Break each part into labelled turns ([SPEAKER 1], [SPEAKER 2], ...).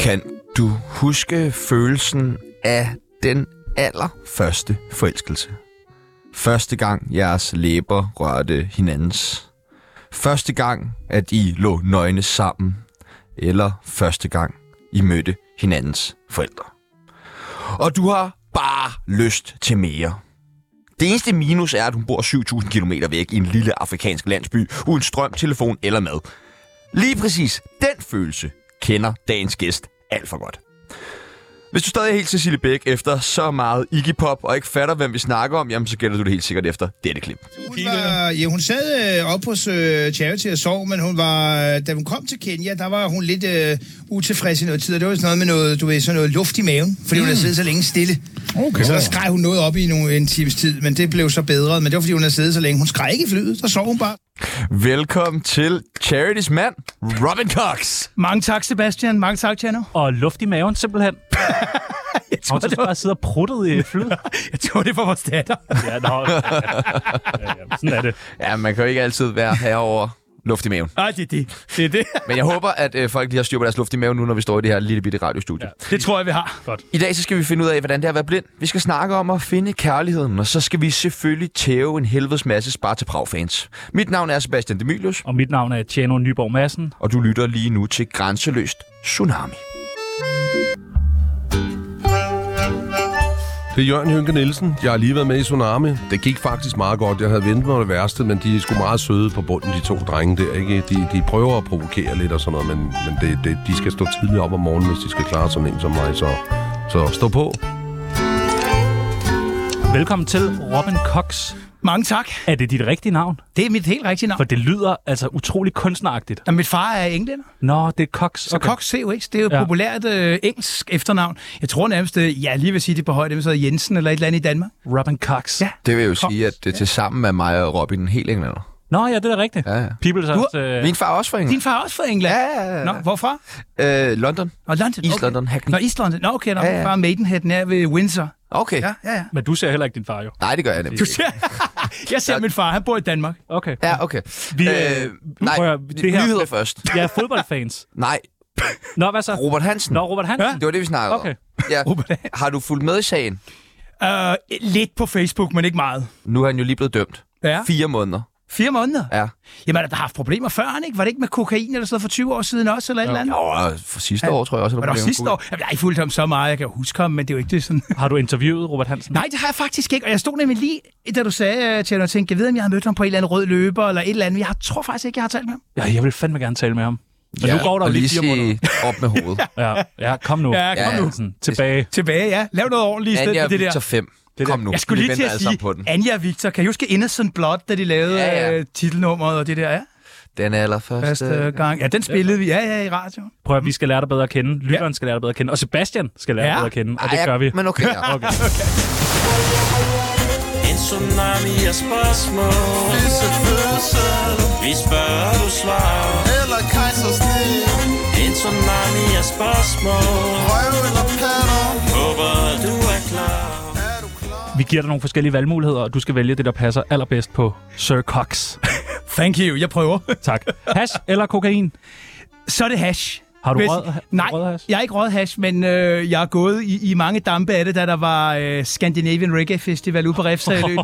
[SPEAKER 1] Kan du huske følelsen af den allerførste forelskelse? Første gang jeres læber rørte hinandens. Første gang, at I lå nøgne sammen. Eller første gang, I mødte hinandens forældre. Og du har bare lyst til mere. Det eneste minus er, at hun bor 7.000 km væk i en lille afrikansk landsby, uden strøm, telefon eller mad. Lige præcis den følelse kender dagens gæst alt for godt. Hvis du stadig er helt Cecilie Bæk efter så meget Iggy Pop og ikke fatter, hvem vi snakker om, jamen så gætter du det helt sikkert efter dette klip.
[SPEAKER 2] Hun, var, ja, hun sad øh, op hos øh, Charity og sov, men hun var, øh, da hun kom til Kenya, der var hun lidt øh, utilfreds i noget tid, og det var sådan noget med noget, du ved, sådan noget luft i maven, fordi mm. hun havde siddet så længe stille. Okay. Så der skreg hun noget op i nogle, en times tid, men det blev så bedre, men det var fordi hun havde siddet så længe. Hun skreg ikke i flyet, så sov hun bare.
[SPEAKER 1] Velkommen til Charities mand, Robin Cox.
[SPEAKER 3] Mange tak, Sebastian. Mange tak, Tjerno.
[SPEAKER 4] Og luft i maven, simpelthen.
[SPEAKER 3] Jeg
[SPEAKER 4] Og
[SPEAKER 3] tror,
[SPEAKER 4] så
[SPEAKER 3] det var,
[SPEAKER 4] bare sidder pruttet i flyet.
[SPEAKER 3] jeg tror, det var vores datter.
[SPEAKER 4] ja, nå. Ja, ja, sådan er det.
[SPEAKER 1] Ja, man kan jo ikke altid være herover luft i maven.
[SPEAKER 3] Nej, det er det. Det er det.
[SPEAKER 1] Men jeg håber, at øh, folk lige har styr på deres luft i maven nu, når vi står i det her lille bitte radiostudie. Ja.
[SPEAKER 3] Det tror jeg, vi har.
[SPEAKER 4] Godt.
[SPEAKER 1] I dag så skal vi finde ud af, hvordan det er at være blind. Vi skal snakke om at finde kærligheden, og så skal vi selvfølgelig tæve en helvedes masse Sparta Prag-fans. Mit navn er Sebastian Demilius,
[SPEAKER 4] Og mit navn er Tjano Nyborg Madsen.
[SPEAKER 1] og du lytter lige nu til Grænseløst Tsunami.
[SPEAKER 5] Det er Jørgen Hynke Nielsen. Jeg har lige været med i Tsunami. Det gik faktisk meget godt. Jeg havde ventet mig det værste, men de er sgu meget søde på bunden, de to drenge der. Ikke? De, de prøver at provokere lidt og sådan noget, men, men det, det, de skal stå tidligt op om morgenen, hvis de skal klare sådan en som mig. Så, så stå på.
[SPEAKER 4] Velkommen til Robin Cox.
[SPEAKER 3] Mange tak.
[SPEAKER 4] Er det dit rigtige navn?
[SPEAKER 3] Det er mit helt rigtige navn.
[SPEAKER 4] For det lyder altså utrolig kunstneragtigt.
[SPEAKER 3] Og mit far er englænder,
[SPEAKER 4] Nå, det er Cox.
[SPEAKER 3] så okay. Cox COX, det er jo et
[SPEAKER 4] Ja.
[SPEAKER 3] ja. populært øh, engelsk efternavn. Jeg tror nærmest, øh, jeg lige vil sige det er på højde med så Jensen eller et eller andet i Danmark.
[SPEAKER 4] Robin Cox.
[SPEAKER 3] Ja.
[SPEAKER 1] Det vil jo sige, at det til sammen er mig og Robin helt englænder.
[SPEAKER 4] Nå, ja, det er da rigtigt.
[SPEAKER 1] Ja, ja.
[SPEAKER 4] People så
[SPEAKER 3] Du-
[SPEAKER 4] også, øh,
[SPEAKER 1] Min far er også fra England.
[SPEAKER 3] Din far er også fra England?
[SPEAKER 1] Ja, ja, ja.
[SPEAKER 3] Nå, hvorfra?
[SPEAKER 1] Øh, London.
[SPEAKER 3] Og London?
[SPEAKER 1] East London, Hackney.
[SPEAKER 3] Nå, East London. Nå, okay, nå,
[SPEAKER 1] Ja,
[SPEAKER 3] ja,
[SPEAKER 1] ja.
[SPEAKER 3] ja. far er Maidenhead nær ved Windsor.
[SPEAKER 1] Okay.
[SPEAKER 3] Ja, ja, ja.
[SPEAKER 4] Men du ser heller ikke din far, jo.
[SPEAKER 1] Nej, det gør jeg nemlig
[SPEAKER 3] Du
[SPEAKER 1] ikke.
[SPEAKER 3] ser, jeg ser min far, han bor i Danmark.
[SPEAKER 4] Okay.
[SPEAKER 1] Ja, okay.
[SPEAKER 4] Vi, øh,
[SPEAKER 1] nej,
[SPEAKER 4] prøv at høre, det her-
[SPEAKER 1] nyheder først.
[SPEAKER 4] Jeg er fodboldfans.
[SPEAKER 1] Nej,
[SPEAKER 4] Nå, hvad så?
[SPEAKER 1] Robert Hansen.
[SPEAKER 4] Nå, Robert Hansen.
[SPEAKER 1] Det var det, vi snakkede
[SPEAKER 4] Okay.
[SPEAKER 1] om. Ja.
[SPEAKER 3] Robert
[SPEAKER 1] Har du fulgt med i sagen?
[SPEAKER 3] Uh, lidt på Facebook, men ikke meget.
[SPEAKER 1] Nu er han jo lige blevet dømt.
[SPEAKER 3] Ja.
[SPEAKER 1] Fire måneder.
[SPEAKER 3] Fire måneder?
[SPEAKER 1] Ja.
[SPEAKER 3] Jamen, der har haft problemer før, han, ikke? Var det ikke med kokain eller sådan noget for 20 år siden også, eller et eller andet?
[SPEAKER 1] Jo, og for sidste
[SPEAKER 3] Ja.
[SPEAKER 1] år, tror jeg også. at
[SPEAKER 3] Var det også
[SPEAKER 1] blev en
[SPEAKER 3] sidste
[SPEAKER 1] god-
[SPEAKER 3] år? Jamen, jeg har ikke fulgt ham så meget, jeg kan jo huske ham, men det er jo ikke det sådan...
[SPEAKER 4] Har du interviewet Robert Hansen?
[SPEAKER 3] Nej, det har jeg faktisk ikke, og jeg stod nemlig lige, da du sagde øh, til ham, og tænkte, jeg ved, om jeg har mødt ham på en eller anden rød løber, eller et eller andet. Jeg tror faktisk ikke, jeg har talt med ham.
[SPEAKER 4] Ja, jeg vil fandme gerne tale med ham. Men nu går der
[SPEAKER 1] og
[SPEAKER 4] jo lige
[SPEAKER 1] lige
[SPEAKER 4] fire måneder.
[SPEAKER 1] sige op med hovedet.
[SPEAKER 4] Ja, ja, kom nu.
[SPEAKER 3] Ja, kom
[SPEAKER 1] Ja, nu. ja.
[SPEAKER 4] Hansen, tilbage.
[SPEAKER 3] Tilbage, ja. Lav noget ordentligt i stedet
[SPEAKER 1] Anja
[SPEAKER 3] for
[SPEAKER 1] og
[SPEAKER 3] det der.
[SPEAKER 1] Victor 5. Kom nu.
[SPEAKER 3] jeg skulle
[SPEAKER 1] vi
[SPEAKER 3] lige til
[SPEAKER 1] venter
[SPEAKER 3] at
[SPEAKER 1] alle
[SPEAKER 3] sige,
[SPEAKER 1] sammen på den.
[SPEAKER 3] Anja og Victor, kan I huske Innocent Blood, da de lavede
[SPEAKER 1] Ja,
[SPEAKER 3] ja,
[SPEAKER 1] ja.
[SPEAKER 3] ja. Øh, titelnummeret og det der, ja?
[SPEAKER 1] Den er allerførste.
[SPEAKER 3] Første gang. Ja, den spillede vi, ja, ja, i radioen.
[SPEAKER 4] Prøv at vi skal lære dig bedre at kende. Lytteren skal lære dig bedre at kende. Og Sebastian skal lære dig
[SPEAKER 3] Ja.
[SPEAKER 4] bedre at kende. Og
[SPEAKER 1] Ej,
[SPEAKER 4] det gør vi.
[SPEAKER 1] Men okay. Ja.
[SPEAKER 4] Okay.
[SPEAKER 6] En tsunami af spørgsmål Fisse, fisse. Vi spørger, du svarer
[SPEAKER 7] Eller kejsersnit
[SPEAKER 6] En tsunami af spørgsmål
[SPEAKER 7] Røv eller patter
[SPEAKER 6] Håber, du er klar
[SPEAKER 7] Er du klar?
[SPEAKER 4] Vi giver dig nogle forskellige valgmuligheder, og du skal vælge det, der passer allerbedst på Sir Cox.
[SPEAKER 3] Thank you, jeg prøver.
[SPEAKER 4] Tak. Hash eller kokain?
[SPEAKER 3] Så er det hash.
[SPEAKER 4] Har du
[SPEAKER 3] Hvis-
[SPEAKER 4] røget- har du
[SPEAKER 3] Nej,
[SPEAKER 4] røget hash?
[SPEAKER 3] jeg har ikke røget hash, men øh, jeg har gået i, i mange dampe af det, da der var øh, Scandinavian Reggae Festival ude på Refsaløen.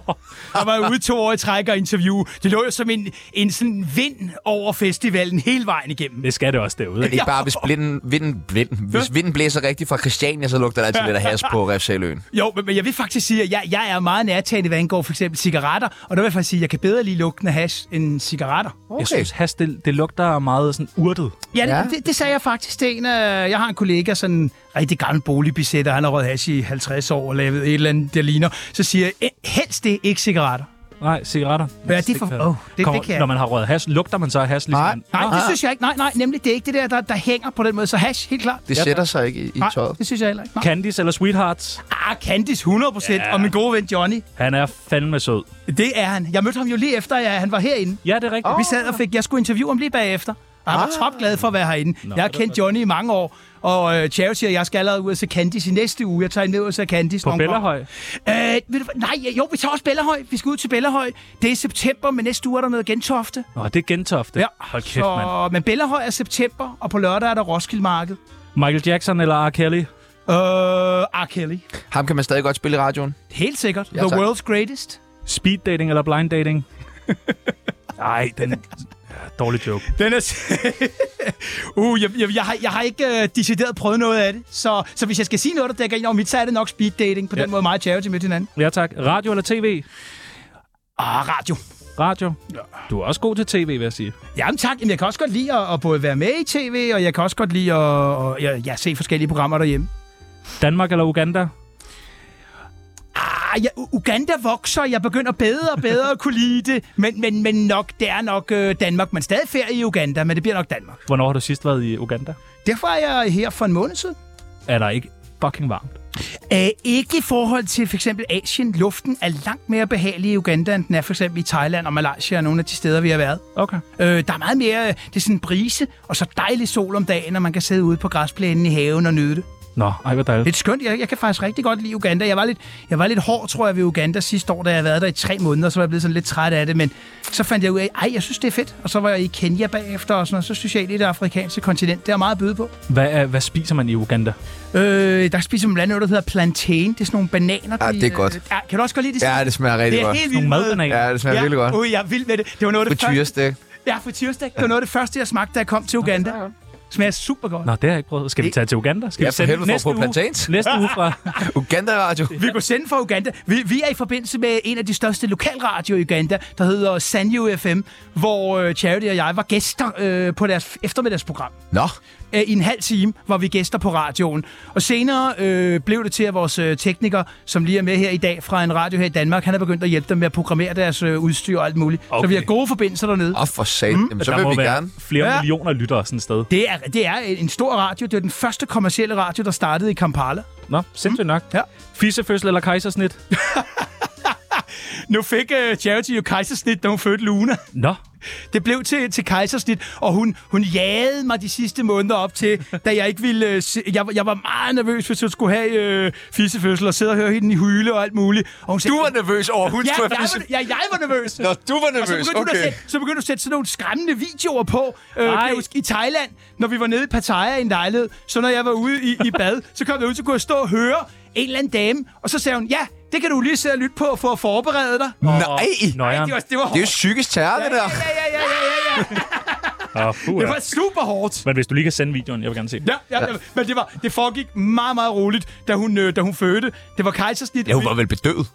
[SPEAKER 3] jeg var ude to år i træk og interview. Det lå jo som en, en sådan vind over festivalen hele vejen igennem.
[SPEAKER 4] Det skal det også derude.
[SPEAKER 1] Men
[SPEAKER 4] Ikke?
[SPEAKER 1] ikke bare, hvis, blinden, vinden, vinden, hvis vinden blæser rigtigt fra Christiania, så lugter der altid lidt af has på Refsaløen.
[SPEAKER 3] Jo, men, men jeg vil faktisk sige, at jeg, jeg er meget nærtagende, hvad angår for eksempel cigaretter. Og der vil jeg faktisk sige, at jeg kan bedre lide lugten af hash end cigaretter.
[SPEAKER 4] Jeg synes, hash, det, det lugter meget sådan urtet.
[SPEAKER 3] Ja, det,
[SPEAKER 1] Ja.
[SPEAKER 3] ja. Det, det sagde jeg faktisk til en af... Jeg har en kollega, sådan en rigtig gammel boligbesætter. Han har røget hash i 50 år og lavet et eller andet, der ligner. Så siger jeg, "Eh, helst det, ikke cigaretter.
[SPEAKER 4] Nej, cigaretter.
[SPEAKER 3] Hvad er det for... Åh, oh, det,
[SPEAKER 4] Kommer,
[SPEAKER 3] det kan jeg.
[SPEAKER 4] Når man har røget hash, lugter man så af hash? Ligesom
[SPEAKER 1] Nej.
[SPEAKER 4] man-
[SPEAKER 3] Nej, det synes jeg ikke. Nej, nej, nemlig det er ikke det der, der, der hænger på den måde. Så hash, helt klart.
[SPEAKER 1] Det sætter sig ikke i, i
[SPEAKER 3] Nej,
[SPEAKER 1] tøjet.
[SPEAKER 3] det synes jeg heller ikke. Nej.
[SPEAKER 4] Candice eller Sweethearts?
[SPEAKER 3] Ah, Candice 100 procent,
[SPEAKER 4] Ja.
[SPEAKER 3] og min gode ven Johnny,
[SPEAKER 4] Han er fandme sød.
[SPEAKER 3] det er han. Jeg mødte ham jo lige efter, at han var herinde.
[SPEAKER 4] Ja, det er rigtigt.
[SPEAKER 3] Vi sad og fik, jeg skulle interviewe ham lige bagefter. Og han var
[SPEAKER 4] Ah.
[SPEAKER 3] topglad for at være herinde. jeg har kendt Johnny i mange år, og øh, Charity og jeg skal allerede ud og se Candice i næste uge. Jeg tager ned og ser Candice.
[SPEAKER 4] På
[SPEAKER 3] når hun kommer.
[SPEAKER 4] Bellerhøj.
[SPEAKER 3] Øh, ved du, hvad? nej, jo, vi tager også Bellerhøj. Vi skal ud til Bellerhøj. Det er i september, men næste uge er der noget gentofte.
[SPEAKER 4] Nå, det er Gentofte. Hold kæft, mand.
[SPEAKER 3] så, Men Bellerhøj er september, og på lørdag er der Roskilde Marked.
[SPEAKER 4] Michael Jackson eller R. Kelly?
[SPEAKER 3] Øh, R. Kelly.
[SPEAKER 1] Ham kan man stadig godt spille i radioen.
[SPEAKER 3] Helt sikkert.
[SPEAKER 1] Ja,
[SPEAKER 3] The
[SPEAKER 1] tak.
[SPEAKER 3] world's greatest.
[SPEAKER 4] Speed dating eller blind dating? Nej, den er... Ja, dårlig joke.
[SPEAKER 3] Den er... s- uh, jeg, jeg, jeg, har, jeg har ikke uh, decideret prøvet noget af det, så, så hvis jeg skal sige noget, der dækker ind over mit, så er det nok speed dating. På ja.
[SPEAKER 4] Ja.
[SPEAKER 3] den måde meget charity med hinanden.
[SPEAKER 4] Ja tak. Radio eller tv?
[SPEAKER 3] Ah, radio.
[SPEAKER 4] Radio. Du er også god til tv, vil jeg sige.
[SPEAKER 3] Jamen tak. Jamen, jeg kan også godt lide at, at både være med i tv, og jeg kan også godt lide at, at ja, ja, se forskellige programmer derhjemme.
[SPEAKER 4] Danmark eller Uganda?
[SPEAKER 3] Ah, jeg, U- Uganda vokser, jeg begynder bedre og bedre at kunne lide det, men, men, men nok, det er nok øh, Danmark. Man er stadig ferie i Uganda, men det bliver nok Danmark.
[SPEAKER 4] Hvornår har du sidst været i Uganda?
[SPEAKER 3] Derfor er jeg her for en måned siden.
[SPEAKER 4] Er der ikke fucking varmt?
[SPEAKER 3] Æh, Øh, ikke i forhold til for eksempel Asien. Luften er langt mere behagelig i Uganda, end den er for eksempel i Thailand og Malaysia og nogle af de steder, vi har været.
[SPEAKER 4] Okay.
[SPEAKER 3] Øh, der er meget mere, øh, det er sådan en brise, og så dejlig sol om dagen, og man kan sidde ude på græsplænen i haven og nyde det.
[SPEAKER 4] Nå, ej, hvor dejligt.
[SPEAKER 3] Lidt skønt. Jeg, jeg kan faktisk rigtig godt lide Uganda. Jeg var, lidt, jeg var lidt hård, tror jeg, ved Uganda sidste år, da jeg havde været der i tre måneder, så var jeg blevet sådan lidt træt af det, men så fandt jeg ud af, ej, jeg synes, det er fedt. Og så var jeg i Kenya bagefter, og sådan noget. så synes jeg egentlig, det afrikanske kontinent, det er meget at byde på.
[SPEAKER 4] Hvad, er, hvad spiser man i Uganda?
[SPEAKER 3] Øh, der spiser man blandt andet noget, der hedder plantain. Det er sådan nogle bananer.
[SPEAKER 1] Ja,
[SPEAKER 3] de,
[SPEAKER 1] Ah, det er godt.
[SPEAKER 3] Øh, ja, kan du også godt lide det?
[SPEAKER 1] Ja, det smager rigtig
[SPEAKER 3] det er
[SPEAKER 1] godt.
[SPEAKER 3] helt vildt.
[SPEAKER 4] Nogle
[SPEAKER 3] med-
[SPEAKER 4] madbananer?
[SPEAKER 1] Ja, det smager ja. virkelig godt.
[SPEAKER 3] Ui, jeg er vild med det. Det var noget af det første.
[SPEAKER 1] Frityrestik.
[SPEAKER 3] Ja, frityrestik. Det var noget af det første, jeg smagte, da jeg kom til Uganda. Smager super godt.
[SPEAKER 4] Nå, det har jeg ikke prøvet. Skal vi tage til Uganda? Skal
[SPEAKER 1] E- Ja,
[SPEAKER 4] vi
[SPEAKER 1] for
[SPEAKER 4] sende
[SPEAKER 1] helvede, for
[SPEAKER 4] næste
[SPEAKER 1] på
[SPEAKER 4] uge,
[SPEAKER 1] plantains.
[SPEAKER 4] Næste uge fra...
[SPEAKER 1] Uganda Radio.
[SPEAKER 3] Vi kunne sende fra Uganda. Vi, vi er i forbindelse med en af de største lokalradioer i Uganda, der hedder Sanyo FM, hvor øh, Charity og jeg var gæster øh, på deres eftermiddagsprogram.
[SPEAKER 1] Nå,
[SPEAKER 3] Øh, I en halv time var vi gæster på radioen. Og senere øh, blev det til, at vores øh, tekniker, som lige er med her i dag fra en radio her i Danmark, han er begyndt at hjælpe dem med at programmere deres øh, udstyr og alt muligt. Okay. Så
[SPEAKER 4] Okay.
[SPEAKER 3] vi har gode forbindelser dernede.
[SPEAKER 1] og for satan. Mm. Jamen, så
[SPEAKER 4] der
[SPEAKER 1] vil
[SPEAKER 4] må
[SPEAKER 1] vi
[SPEAKER 4] være
[SPEAKER 1] gerne.
[SPEAKER 4] flere
[SPEAKER 3] Ja.
[SPEAKER 4] ja. millioner lyttere sådan et sted.
[SPEAKER 3] Det er, det er en stor radio. Det er den første kommercielle radio, der startede i Kampala.
[SPEAKER 4] Nå, sindssygt nok.
[SPEAKER 3] Ja.
[SPEAKER 4] Fisefødsel eller kejsersnit?
[SPEAKER 3] Nu fik uh, Charity jo kejsersnit, da hun fødte Luna.
[SPEAKER 4] Nå,
[SPEAKER 3] Det blev til, til kejsersnit, og hun, hun jagede mig de sidste måneder op til, da jeg ikke ville... øh, se, jeg, var- jeg var meget nervøs, hvis jeg skulle have øh, fissefødsel og sidde og høre hende i hyle og alt muligt. Og hun sagde,
[SPEAKER 1] Du var nervøs over hun
[SPEAKER 3] ja, jeg,
[SPEAKER 1] skulle have
[SPEAKER 3] var,
[SPEAKER 1] fisse-
[SPEAKER 3] ja, jeg var nervøs.
[SPEAKER 1] Nå, du var
[SPEAKER 3] Og så
[SPEAKER 1] nervøs,
[SPEAKER 3] begyndte, okay. du at
[SPEAKER 1] okay.
[SPEAKER 3] sætte, så begyndte du at sætte sådan nogle skræmmende videoer på. Øh, kan
[SPEAKER 4] Ej.
[SPEAKER 3] jeg huske, I Thailand, når vi var nede i Pattaya i en lejlighed, så når jeg var ude i, i bad, så kom jeg ud, så kunne jeg stå og høre en eller anden dame, og så sagde hun, ja, det kan du lige sidde og lytte på for at forberede dig. Nå,
[SPEAKER 1] Nej,
[SPEAKER 4] nøjeren.
[SPEAKER 3] det var, det var
[SPEAKER 1] det er jo psykisk terror, det der.
[SPEAKER 3] Ja, ja, ja, ja, ja, ja.
[SPEAKER 4] Åh, puha.
[SPEAKER 3] Det var super hårdt.
[SPEAKER 4] Men hvis du lige kan sende videoen, jeg vil gerne se den.
[SPEAKER 3] Ja, ja, ja, men det, var, det foregik meget, meget roligt, da hun, øh, da hun fødte. Det var kejsersnit.
[SPEAKER 1] Ja, hun var vel bedøvet.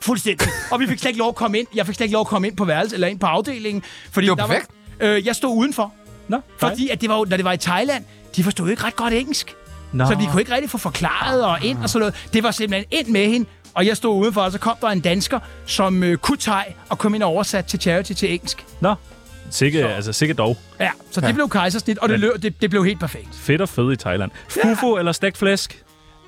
[SPEAKER 3] Fuldstændig. Og vi fik slet ikke lov at komme ind. Jeg fik slet ikke lov at komme ind på værelset eller ind på afdelingen. Fordi
[SPEAKER 1] Det var
[SPEAKER 3] der
[SPEAKER 1] perfekt.
[SPEAKER 3] Var, øh, jeg stod udenfor.
[SPEAKER 4] Nå,
[SPEAKER 3] Fordi at det var, jo- når det var i Thailand, de forstod jo ikke ret godt engelsk.
[SPEAKER 4] Nå.
[SPEAKER 3] Så vi kunne ikke rigtig få forklaret og ind og sådan noget. Det var simpelthen ind med hende. Og jeg stod udenfor, og så kom der en dansker, som øh, kunne thai og kom ind og oversat til charity til engelsk.
[SPEAKER 4] Nå, sikke, altså, sikke dog.
[SPEAKER 3] Ja, så det blev kejsersnit, og det, løb, det, det blev helt perfekt.
[SPEAKER 4] Fedt og fed i Thailand. Fufu eller stegt flæsk?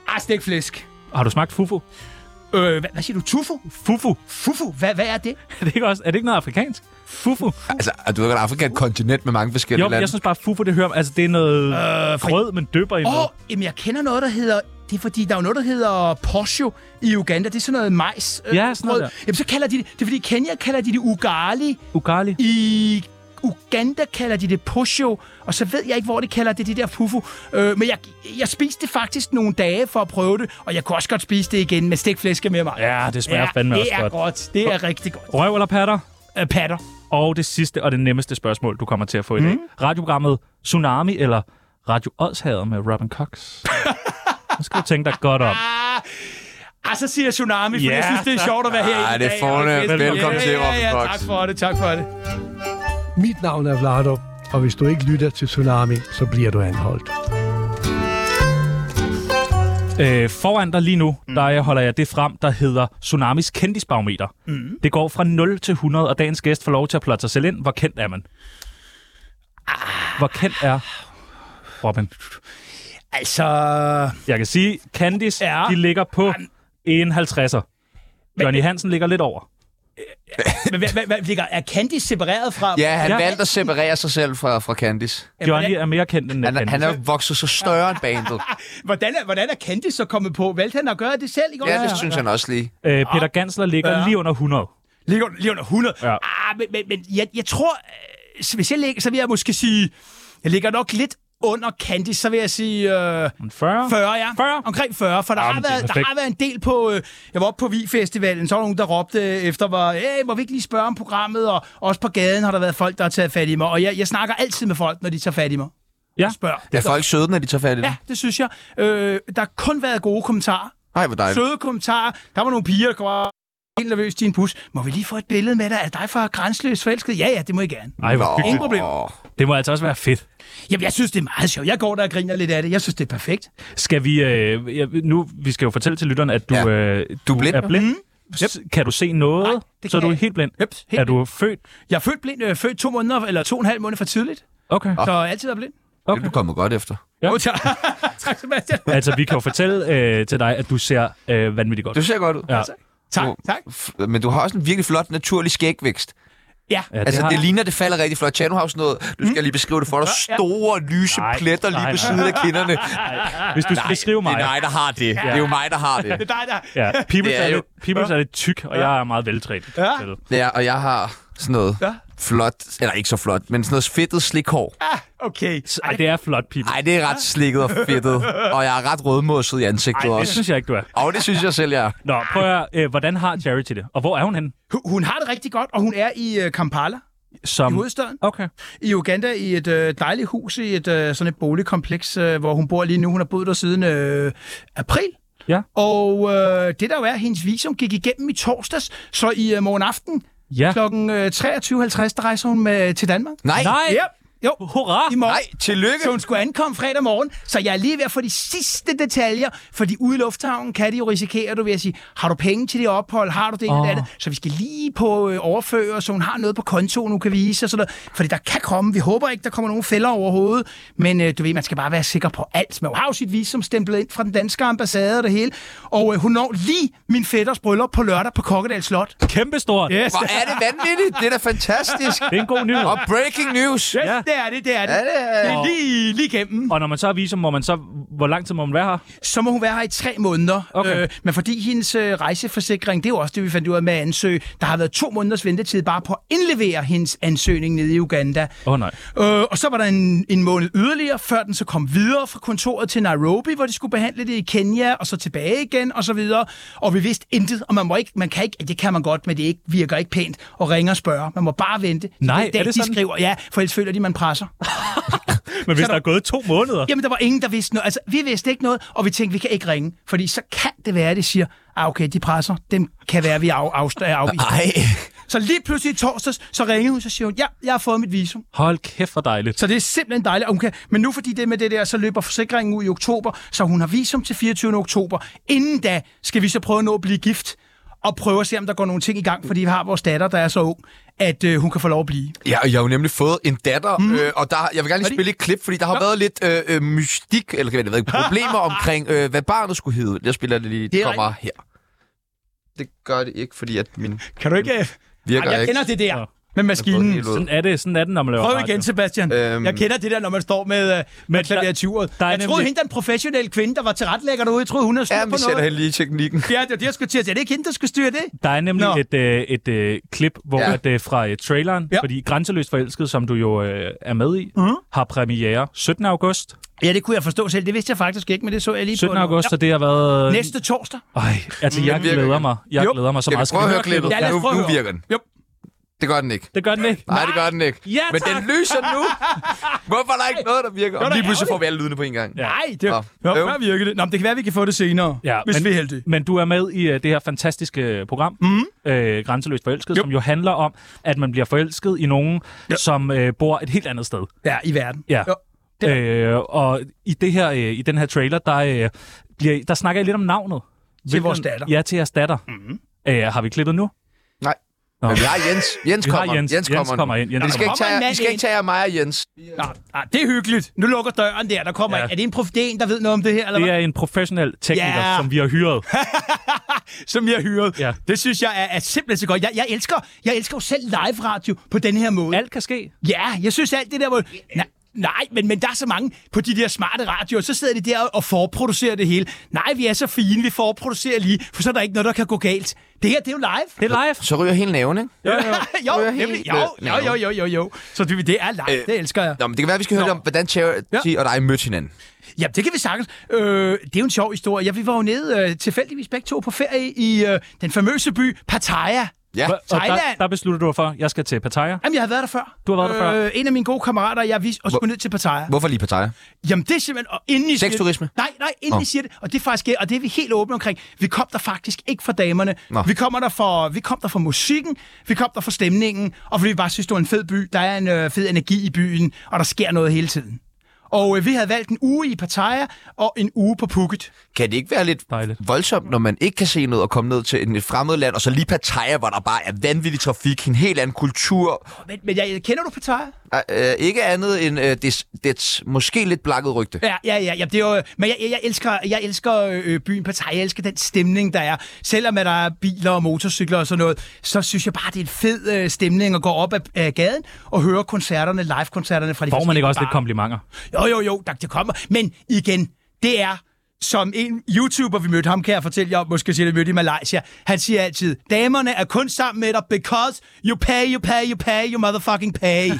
[SPEAKER 3] Ah, stik flæsk.
[SPEAKER 4] Har du smagt fufu?
[SPEAKER 3] Øh, hvad, hvad siger du? Tufu?
[SPEAKER 4] Fufu?
[SPEAKER 3] Fufu? Hvad, hvad er det?
[SPEAKER 4] Er det ikke, også, er det ikke noget afrikansk? Fufu?
[SPEAKER 1] Altså, du ved godt, Afrika er et kontinent med mange forskellige
[SPEAKER 4] Jo,
[SPEAKER 1] lande.
[SPEAKER 4] jeg synes bare, fufu, det hører... Altså, det er noget øh, brød, man døber i
[SPEAKER 3] Åh,
[SPEAKER 4] noget.
[SPEAKER 3] oh, jamen jeg kender noget, der hedder... Det er fordi, der er jo noget, der hedder posho i Uganda. Det er sådan noget majs. øh,
[SPEAKER 4] Ja, sådan noget
[SPEAKER 3] brød.
[SPEAKER 4] der.
[SPEAKER 3] Jamen så kalder de det... Det er fordi, i Kenya kalder de det ugali.
[SPEAKER 4] Ugali?
[SPEAKER 3] I Uganda kalder de det posho. Og så ved jeg ikke, hvor de kalder det, det der fufu. Øh, men jeg, jeg spiste det faktisk nogle dage for at prøve det. Og jeg kunne også godt spise det igen med stikflæsk og mere mig.
[SPEAKER 4] Ja, det smager fandme
[SPEAKER 3] det
[SPEAKER 4] også
[SPEAKER 3] er
[SPEAKER 4] godt.
[SPEAKER 3] godt. Det er rigtig godt.
[SPEAKER 4] Røv eller patter?
[SPEAKER 3] Øh, patter.
[SPEAKER 4] Og det sidste og det nemmeste spørgsmål, du kommer til at få i dag.
[SPEAKER 3] Mm.
[SPEAKER 4] Radioprogrammet Tsunami eller Radio Odshavet med Robin Cox? nu skal du tænke dig godt om.
[SPEAKER 3] Ah, så siger jeg tsunami, for
[SPEAKER 4] Ja,
[SPEAKER 3] jeg synes, det er sjovt at være her
[SPEAKER 1] Ah,
[SPEAKER 3] i
[SPEAKER 1] det er
[SPEAKER 3] dag.
[SPEAKER 1] fornemt.
[SPEAKER 3] Og det er-
[SPEAKER 1] Velkommen til,
[SPEAKER 3] ja, ja, ja,
[SPEAKER 1] Robin
[SPEAKER 3] Tak
[SPEAKER 1] Cox.
[SPEAKER 3] for det, tak for det.
[SPEAKER 8] Mit navn er Vlado, og hvis du ikke lytter til Tsunami, så bliver du anholdt.
[SPEAKER 4] Øh, foran dig lige nu, mm. der holder jeg det frem, der hedder Tsunamis kendisbarometer. Mm. Det går fra 0 til 100, og dagens gæst får lov til at plotte sig selv ind. Hvor kendt er man? Hvor kendt er Robin?
[SPEAKER 3] Altså,
[SPEAKER 4] Jeg kan sige, Candice,
[SPEAKER 3] Ja.
[SPEAKER 4] ja. de ligger på en 50'er. Johnny Hansen ligger lidt over.
[SPEAKER 3] men hvad, hvad, hvad ligger, er Candice separeret fra...
[SPEAKER 1] Ja, han
[SPEAKER 4] Ja.
[SPEAKER 1] valgte at separere sig selv fra, fra Candice.
[SPEAKER 4] Johnny er mere kendt end
[SPEAKER 1] Han,
[SPEAKER 4] Candice.
[SPEAKER 1] er- han er jo vokset så større end bandet.
[SPEAKER 3] Hvordan er, hvordan er Candice så kommet på? Valgte han at gøre det selv? Ikke?
[SPEAKER 1] Ja, det synes han også lige.
[SPEAKER 4] Øh, Peter Gansler ligger
[SPEAKER 3] Ja.
[SPEAKER 4] ja. lige under 100.
[SPEAKER 3] Ligger under- lige under 100. Ja.
[SPEAKER 4] Ja.
[SPEAKER 3] Ah, men, men, men jeg, jeg tror... Øh, så hvis jeg ligger, så vil jeg måske sige... Jeg ligger nok lidt under Candice, så vil jeg sige øh,
[SPEAKER 4] 40?
[SPEAKER 3] 40, ja.
[SPEAKER 4] 40?
[SPEAKER 3] Omkring 40, for der,
[SPEAKER 4] Jamen,
[SPEAKER 3] har
[SPEAKER 4] det er
[SPEAKER 3] været, der
[SPEAKER 4] perfekt.
[SPEAKER 3] har været en del på... Øh, jeg var oppe på Vi-festivalen, så var der nogen, der råbte efter mig, hey, må vi ikke lige spørge om programmet? Og også på gaden har der været folk, der har taget fat i mig. Og jeg, jeg snakker altid med folk, når de tager fat i mig.
[SPEAKER 4] Ja.
[SPEAKER 3] Og spørger.
[SPEAKER 1] Er folk søde, når de tager fat i det?
[SPEAKER 3] Ja, det synes jeg. Øh, der har kun været gode kommentarer.
[SPEAKER 1] Nej, hvor dejligt.
[SPEAKER 3] Søde kommentarer. Der var nogle piger, der kom og helt nervøst i en bus. Må vi lige få et billede med dig? Er det dig fra Grænsløs Forelsket? Ja, ja, det må I gerne.
[SPEAKER 4] Ej, hvor
[SPEAKER 3] Ingen
[SPEAKER 4] hyggeligt.
[SPEAKER 3] problem.
[SPEAKER 4] Det må altså også være fedt.
[SPEAKER 3] Jamen, jeg synes, det er meget sjovt. Jeg går der og griner lidt af det. Jeg synes, det er perfekt.
[SPEAKER 4] Skal vi... Øh, jeg- nu, vi skal jo fortælle til lytteren, at du,
[SPEAKER 1] Ja.
[SPEAKER 4] øh,
[SPEAKER 1] Du er blind
[SPEAKER 4] er
[SPEAKER 1] nu. Mhm.
[SPEAKER 4] blind. Yep. Kan du se noget?
[SPEAKER 3] Nej, det
[SPEAKER 4] så er
[SPEAKER 3] kan
[SPEAKER 4] du
[SPEAKER 3] jeg
[SPEAKER 4] helt blind.
[SPEAKER 3] Yep, helt
[SPEAKER 4] er du født?
[SPEAKER 3] Jeg er født blind. Øh, født to måneder, eller to og en halv måned for tidligt.
[SPEAKER 4] Okay.
[SPEAKER 3] Så jeg har altid været blind.
[SPEAKER 1] Det er du kommet godt efter.
[SPEAKER 4] Ja.
[SPEAKER 3] Jo, tak. tak, Sebastian.
[SPEAKER 4] altså, vi kan jo fortælle øh, til dig, at du ser øh, vanvittigt godt.
[SPEAKER 1] Du Altså, ser godt ud.
[SPEAKER 4] Ja.
[SPEAKER 3] Tak,
[SPEAKER 1] Du-
[SPEAKER 3] tak.
[SPEAKER 1] F- Men du har også en virkelig flot, naturlig skægvækst.
[SPEAKER 3] Ja,
[SPEAKER 4] Ja,
[SPEAKER 1] Altså,
[SPEAKER 4] har
[SPEAKER 1] det
[SPEAKER 4] jeg. Hmm?
[SPEAKER 1] ligner, det falder rigtig flot. Chano har jo sådan noget, du skal lige beskrive det for dig, store, lyse
[SPEAKER 4] Nej,
[SPEAKER 1] pletter lige
[SPEAKER 4] nej,
[SPEAKER 1] ved
[SPEAKER 4] nej.
[SPEAKER 1] siden af kinderne.
[SPEAKER 4] Hvis du skal beskrive mig...
[SPEAKER 1] Det er mig, der har det. Det er jo mig, der har det.
[SPEAKER 3] det er dig, der.
[SPEAKER 4] Ja, Peoples
[SPEAKER 1] Det er
[SPEAKER 4] er,
[SPEAKER 1] jo-
[SPEAKER 4] lidt, Peoples er lidt tyk, og jeg er meget veltrænet.
[SPEAKER 3] Ja.
[SPEAKER 4] Til.
[SPEAKER 1] Ja, og jeg har sådan noget
[SPEAKER 3] Ja.
[SPEAKER 1] flot, eller ikke så flot, men sådan noget fedtet slikhår.
[SPEAKER 3] Ah, okay.
[SPEAKER 4] Ej, det er flot, Peoples.
[SPEAKER 1] Nej, det er ret slikket og fedtet, og jeg er ret rødmosset i ansigtet
[SPEAKER 4] Ej, det
[SPEAKER 1] også.
[SPEAKER 4] synes jeg ikke, du er.
[SPEAKER 1] Og det synes jeg selv, jeg er.
[SPEAKER 4] Nå, prøv at høre, øh, hvordan har Charity det? Og hvor er hun henne?
[SPEAKER 3] Hun- Hun har det rigtig godt, og hun er i øh, Kampala, i
[SPEAKER 4] Som...
[SPEAKER 3] hovedstaden.
[SPEAKER 4] Okay.
[SPEAKER 3] i Uganda i et øh, dejligt hus i et øh, sådan et boligkompleks, øh, hvor hun bor lige nu. Hun har boet der siden øh, april.
[SPEAKER 4] Ja.
[SPEAKER 3] Og øh, det der jo er, hendes visum gik igennem i torsdags, så i øh, morgen aften
[SPEAKER 4] Ja.
[SPEAKER 3] klokken øh, 23.50, der rejser hun med til Danmark.
[SPEAKER 1] Nej,
[SPEAKER 4] Nej!
[SPEAKER 3] Ja, jo,
[SPEAKER 4] Hurra!
[SPEAKER 3] i morgen.
[SPEAKER 1] nej, tillykke.
[SPEAKER 3] Så hun skulle ankomme fredag morgen, så jeg er lige ved at få de sidste detaljer, fordi ude i lufthavnen kan de jo risikere, du ved at sige, har du penge til det ophold, har du det ene
[SPEAKER 4] Åh.
[SPEAKER 3] oh. andet, så vi skal lige på øh, overføre, så hun har noget på kontoen, hun kan vise og sådan noget, fordi der kan komme, vi håber ikke, der kommer nogen fælder overhovedet, men øh, du ved, man skal bare være sikker på alt, men hun har jo sit visum stemplet ind fra den danske ambassade og det hele, og øh, hun når lige min fætters bryllup på lørdag på Kokkedal Slot.
[SPEAKER 4] Kæmpestort!
[SPEAKER 3] Yes.
[SPEAKER 1] Hvor er det vanvittigt. Det er da fantastisk.
[SPEAKER 4] Det er en god nyhed.
[SPEAKER 1] Og breaking news.
[SPEAKER 4] Ja.
[SPEAKER 3] Det er det, det er det.
[SPEAKER 1] Ja, det er-
[SPEAKER 3] det er lige, lige gennem.
[SPEAKER 4] Og når man så er visum, må man så... Hvor lang tid må man være her?
[SPEAKER 3] så må hun være her i tre måneder.
[SPEAKER 4] Okay.
[SPEAKER 3] Øh, men fordi hendes øh, rejseforsikring, det er jo også det, vi fandt ud af med at ansøge, der har været to måneders ventetid bare på at indlevere hendes ansøgning nede i Uganda.
[SPEAKER 4] Åh oh, nej.
[SPEAKER 3] Øh, og så var der en, en måned yderligere, før den så kom videre fra kontoret til Nairobi, hvor de skulle behandle det i Kenya, og så tilbage igen, og så videre. Og vi vidste intet, og man, må ikke, man kan ikke, det kan man godt, men det ikke, virker ikke pænt at ringe og spørge. Man må bare vente.
[SPEAKER 4] Nej,
[SPEAKER 3] den dag,
[SPEAKER 4] er det
[SPEAKER 3] de
[SPEAKER 4] sådan?
[SPEAKER 3] skriver, ja, for ellers føler de, man presser.
[SPEAKER 4] Men hvis der er gået to måneder...
[SPEAKER 3] Jamen, der var ingen, der vidste noget. Altså, vi vidste ikke noget, og vi tænkte, vi kan ikke ringe. Fordi så kan det være, at de siger, ah, okay, de presser. Dem kan være, vi er af, af, afvist.
[SPEAKER 1] Nej.
[SPEAKER 3] Så lige pludselig i torsdags, så ringede hun, så siger hun, ja, jeg har fået mit visum.
[SPEAKER 4] Hold kæft, hvor dejligt.
[SPEAKER 3] Så det er simpelthen dejligt. Og hun kan, men nu fordi det er med det der, så løber forsikringen ud i oktober, så hun har visum til 24. oktober. Inden da skal vi så prøve at nå at blive gift og prøve at se, om der går nogle ting i gang, fordi vi har vores datter, der er så ung, at øh, hun kan få lov at blive.
[SPEAKER 1] Ja, og jeg har jo nemlig fået en datter, mm. øh, og der, jeg vil gerne lige
[SPEAKER 3] Fordi-
[SPEAKER 1] spille et klip, fordi der har været lidt øh, øh, mystik, eller jeg ved ikke, problemer omkring, øh, hvad barnet skulle hedde. Jeg spiller det lige,
[SPEAKER 3] Det
[SPEAKER 1] det
[SPEAKER 3] er
[SPEAKER 1] kommer her. Det gør det ikke, fordi at min
[SPEAKER 3] Kan du ikke? øh,
[SPEAKER 1] virker
[SPEAKER 3] Ej, jeg
[SPEAKER 1] ikke.
[SPEAKER 3] kender det
[SPEAKER 4] Ja.
[SPEAKER 3] der med
[SPEAKER 1] Både
[SPEAKER 3] maskinen.
[SPEAKER 1] helt ud.
[SPEAKER 4] Sådan er det, sådan er det, når man laver
[SPEAKER 3] Prøv
[SPEAKER 4] radio.
[SPEAKER 3] igen, Sebastian.
[SPEAKER 1] Øhm.
[SPEAKER 3] Øhm, jeg kender det der, når man står med, øh, med klaviaturet.
[SPEAKER 4] der er
[SPEAKER 3] jeg troede,
[SPEAKER 4] nemlig-
[SPEAKER 3] hende der en professionel kvinde, der var tilretlægger derude. Jeg troede, hun havde styr
[SPEAKER 1] Ja,
[SPEAKER 3] på
[SPEAKER 1] vi sætter
[SPEAKER 3] noget.
[SPEAKER 1] hende lige i teknikken.
[SPEAKER 3] Ja, det var det, jeg skulle til at sige. Er det ikke hende, der skulle styre det?
[SPEAKER 4] Der er nemlig
[SPEAKER 3] Nå.
[SPEAKER 4] et, øh, et øh, klip hvor
[SPEAKER 1] Ja.
[SPEAKER 4] ja. at, øh, fra øh, traileren,
[SPEAKER 3] Ja.
[SPEAKER 4] ja. fordi Grænseløst Forelsket, som du jo øh, er med i, mm. har premiere 17. august.
[SPEAKER 3] Ja, det kunne jeg forstå selv. Det vidste jeg faktisk ikke, men det så jeg lige
[SPEAKER 4] 17.
[SPEAKER 3] på. nu.
[SPEAKER 4] august, ja. så det har været...
[SPEAKER 3] Ja. Næste torsdag.
[SPEAKER 4] Ej, altså jeg
[SPEAKER 1] virker
[SPEAKER 4] glæder
[SPEAKER 1] ikke.
[SPEAKER 4] mig. Jeg
[SPEAKER 3] Jo.
[SPEAKER 4] glæder mig så
[SPEAKER 1] Skal vi
[SPEAKER 4] meget.
[SPEAKER 1] prøve at høre klippet?
[SPEAKER 3] Ja, lad os
[SPEAKER 1] nu,
[SPEAKER 3] prøve at
[SPEAKER 1] nu
[SPEAKER 3] høre.
[SPEAKER 1] virker den.
[SPEAKER 3] Jo.
[SPEAKER 1] Det gør den ikke.
[SPEAKER 4] Det gør den ikke.
[SPEAKER 1] Nej, det gør den ikke.
[SPEAKER 4] Ja,
[SPEAKER 1] Men den
[SPEAKER 4] tak.
[SPEAKER 1] lyser nu. Hvorfor er der ikke noget, der virker? Og lige pludselig får vi alle lydene på en gang.
[SPEAKER 4] Ja.
[SPEAKER 3] Nej, det
[SPEAKER 1] Nå.
[SPEAKER 3] var
[SPEAKER 1] Øv.
[SPEAKER 3] ja, virker det. Nå, men det kan være, vi kan få det senere,
[SPEAKER 4] Ja,
[SPEAKER 3] hvis
[SPEAKER 4] men-
[SPEAKER 3] vi er heldige.
[SPEAKER 4] Men du er med i øh, det her fantastiske øh, program, mm. øh, Grænseløst Forelsket, jo. som jo handler om, at man bliver forelsket i nogen, ja. som øh, bor et helt andet sted.
[SPEAKER 3] Ja, i verden.
[SPEAKER 4] Ja.
[SPEAKER 3] Jo. Det
[SPEAKER 4] Øh, og i, det her, øh, i den her trailer, der, øh, bliver, der snakker jeg lidt om navnet. Hvilken-
[SPEAKER 3] vores datter. Mhm.
[SPEAKER 4] Ja, til jeres datter. Mm. Øh, har vi klippet nu?
[SPEAKER 1] Nej.
[SPEAKER 4] Nå.
[SPEAKER 1] Men vi har Jens. Jens
[SPEAKER 4] Vi har
[SPEAKER 1] kommer.
[SPEAKER 4] Jens. Jens
[SPEAKER 1] kommer, nu.
[SPEAKER 4] kommer ind. Jens
[SPEAKER 1] Men I skal
[SPEAKER 4] kommer.
[SPEAKER 1] ikke tage,
[SPEAKER 3] Kommer en
[SPEAKER 1] jer-
[SPEAKER 3] mand
[SPEAKER 1] I skal ikke tage jer mig og Jens.
[SPEAKER 3] Nå, ah, det er hyggeligt. Nu lukker døren der. Der kommer
[SPEAKER 4] Ja.
[SPEAKER 3] ja. Er det en prof, det er en, der ved noget om det her? Eller
[SPEAKER 4] Det
[SPEAKER 3] hvad?
[SPEAKER 4] er en professionel tekniker,
[SPEAKER 3] Ja.
[SPEAKER 4] som vi har hyret.
[SPEAKER 3] som jeg har hyret.
[SPEAKER 4] Ja.
[SPEAKER 3] Det synes jeg er, er simpelthen så godt. Jeg, jeg, elsker, jeg elsker jo selv live radio på den her måde.
[SPEAKER 4] Alt kan ske.
[SPEAKER 3] Ja, jeg synes alt det der... Hvor... Nej, Nej, men, men der er så mange på de der smarte radioer, så sidder de der og forproducerer det hele. Nej, vi er så fine, vi forproducerer lige, for så er der ikke noget, der kan gå galt. Det her, det er jo live.
[SPEAKER 4] Det er live.
[SPEAKER 1] Så ryger hele næven, ikke?
[SPEAKER 3] Jo, jo,
[SPEAKER 1] Det
[SPEAKER 3] jo,
[SPEAKER 1] er helt
[SPEAKER 3] nemlig, jo, jo, jo, jo, jo, jo. Så det, det er live,
[SPEAKER 1] Øh,
[SPEAKER 3] det elsker jeg.
[SPEAKER 1] Nå, men det kan være, vi skal høre
[SPEAKER 3] Nå.
[SPEAKER 1] lidt om, hvordan Charity ja. og dig mødte hinanden.
[SPEAKER 3] Jamen, det kan vi sagtens. Øh, det er jo en sjov historie. Ja, vi var jo nede øh, tilfældigvis begge to på ferie i øh, den famøse by Pattaya.
[SPEAKER 1] Ja.
[SPEAKER 4] Og der,
[SPEAKER 3] Thailand.
[SPEAKER 4] der besluttede du dig for, at jeg skal til Pattaya.
[SPEAKER 3] Jamen, jeg havde været der før.
[SPEAKER 4] Du har været der
[SPEAKER 3] Øh, en af mine gode kammerater og jeg, vi og skulle ned til Pattaya.
[SPEAKER 1] Hvorfor lige Pattaya?
[SPEAKER 3] Jamen, det er simpelthen... Og inden I siger det-
[SPEAKER 1] Sexturisme?
[SPEAKER 3] Nej, nej, inden
[SPEAKER 1] Nå.
[SPEAKER 3] I siger det. Og det er faktisk... Og det er vi helt åbne omkring. Vi kom der faktisk ikke for damerne.
[SPEAKER 1] Nå.
[SPEAKER 3] Vi, kommer der for, vi kom der for musikken. Vi kom der for stemningen. Og fordi vi bare synes, det var en fed by. Der er en øh, fed energi i byen. Og der sker noget hele tiden. Og øh, vi havde valgt en uge i Pattaya og en uge på Phuket.
[SPEAKER 1] Kan det ikke være lidt
[SPEAKER 4] Dejligt.
[SPEAKER 1] voldsomt, når man ikke kan se noget og komme ned til en- et fremmed land, og så lige Pattaya, hvor der bare er vanvittig trafik, en helt anden kultur,
[SPEAKER 3] Men, men jeg, kender du Pattaya?
[SPEAKER 1] øh, øh, ikke andet end øh, det, det måske lidt blakket rygte.
[SPEAKER 3] Ja, ja, ja. ja det er jo, men jeg, jeg, jeg elsker, jeg elsker øh, byen Pattaya. Jeg elsker den stemning, der er. Selvom at der er biler og motorcykler og sådan noget, så synes jeg bare, det er en fed øh, stemning at gå op ad, ad gaden og høre koncerterne, live-koncerterne fra de
[SPEAKER 4] Får man
[SPEAKER 3] forskellige
[SPEAKER 4] ikke også lidt
[SPEAKER 3] barer.
[SPEAKER 4] komplimenter?
[SPEAKER 3] Jo, jo, jo, der, det kommer. Men igen, det er som en YouTuber, vi mødte ham, kan jeg fortælle jer, om, måske siger det mødte i Malaysia. Han siger altid, damerne er kun sammen med dig, because you pay, you pay, you pay, you motherfucking pay.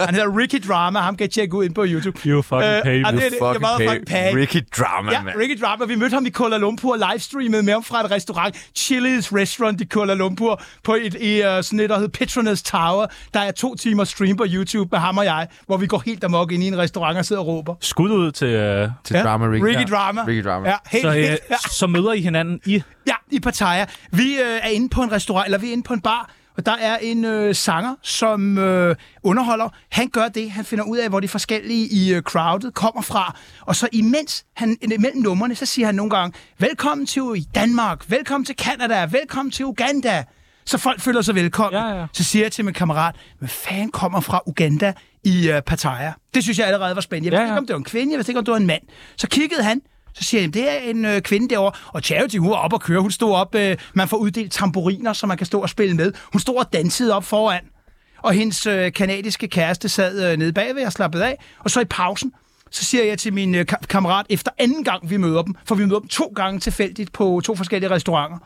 [SPEAKER 3] han hedder Ricky Drama, ham kan I tjekke ud ind på YouTube. Øh,
[SPEAKER 4] You fucking pay,
[SPEAKER 3] og
[SPEAKER 4] you
[SPEAKER 3] det er det, you motherfucking pay.
[SPEAKER 1] Ricky Drama,
[SPEAKER 3] Ja,
[SPEAKER 1] mand.
[SPEAKER 3] Ricky Drama. Vi mødte ham i Kuala Lumpur og livestreamede med ham fra et restaurant, Chili's Restaurant i Kuala Lumpur, på et, i, uh, sådan et, der hedder Petronas Tower. Der er to timer stream på YouTube med ham og jeg, hvor vi går helt amok ind i en restaurant og sidder og råber.
[SPEAKER 4] Skud ud til... Øh,
[SPEAKER 1] Til drama, Ricky.
[SPEAKER 3] Ricky Drama.
[SPEAKER 1] Ricky Drama.
[SPEAKER 3] Ja, helt
[SPEAKER 4] så, øh,
[SPEAKER 3] vildt. Ja.
[SPEAKER 4] så møder I hinanden i...
[SPEAKER 3] Ja, i Pattaya. Vi øh, er inde på en restaurant, eller vi er inde på en bar, og der er en øh, sanger, som øh, underholder. Han gør det, han finder ud af, hvor de forskellige i øh, crowdet kommer fra. Og så imens han, imellem numrene, så siger han nogle gange, velkommen til Danmark, velkommen til Kanada, velkommen til Uganda. Så folk føler sig velkommen.
[SPEAKER 4] Ja, ja.
[SPEAKER 3] Så siger jeg til min kammerat, hvad fanden kommer fra Uganda i øh, Pattaya? Det synes jeg allerede var spændende. Jeg vidste
[SPEAKER 4] Ja,
[SPEAKER 3] ja,
[SPEAKER 4] ja.
[SPEAKER 3] ja. ikke, om det var en kvinde, jeg vidste ikke, om det var en mand. Så kiggede han, så siger jeg, det er en øh, kvinde derovre. Og Charity, hun var op og køre. Hun stod op, øh, man får uddelt tamburiner, så man kan stå og spille med. Hun stod og dansede op foran. Og hendes øh, kanadiske kæreste sad øh, nede bagved og slappede af. Og så i pausen, så siger jeg til min øh, ka- kammerat, efter anden gang vi møder dem, for vi møder dem to gange tilfældigt på to forskellige restauranter,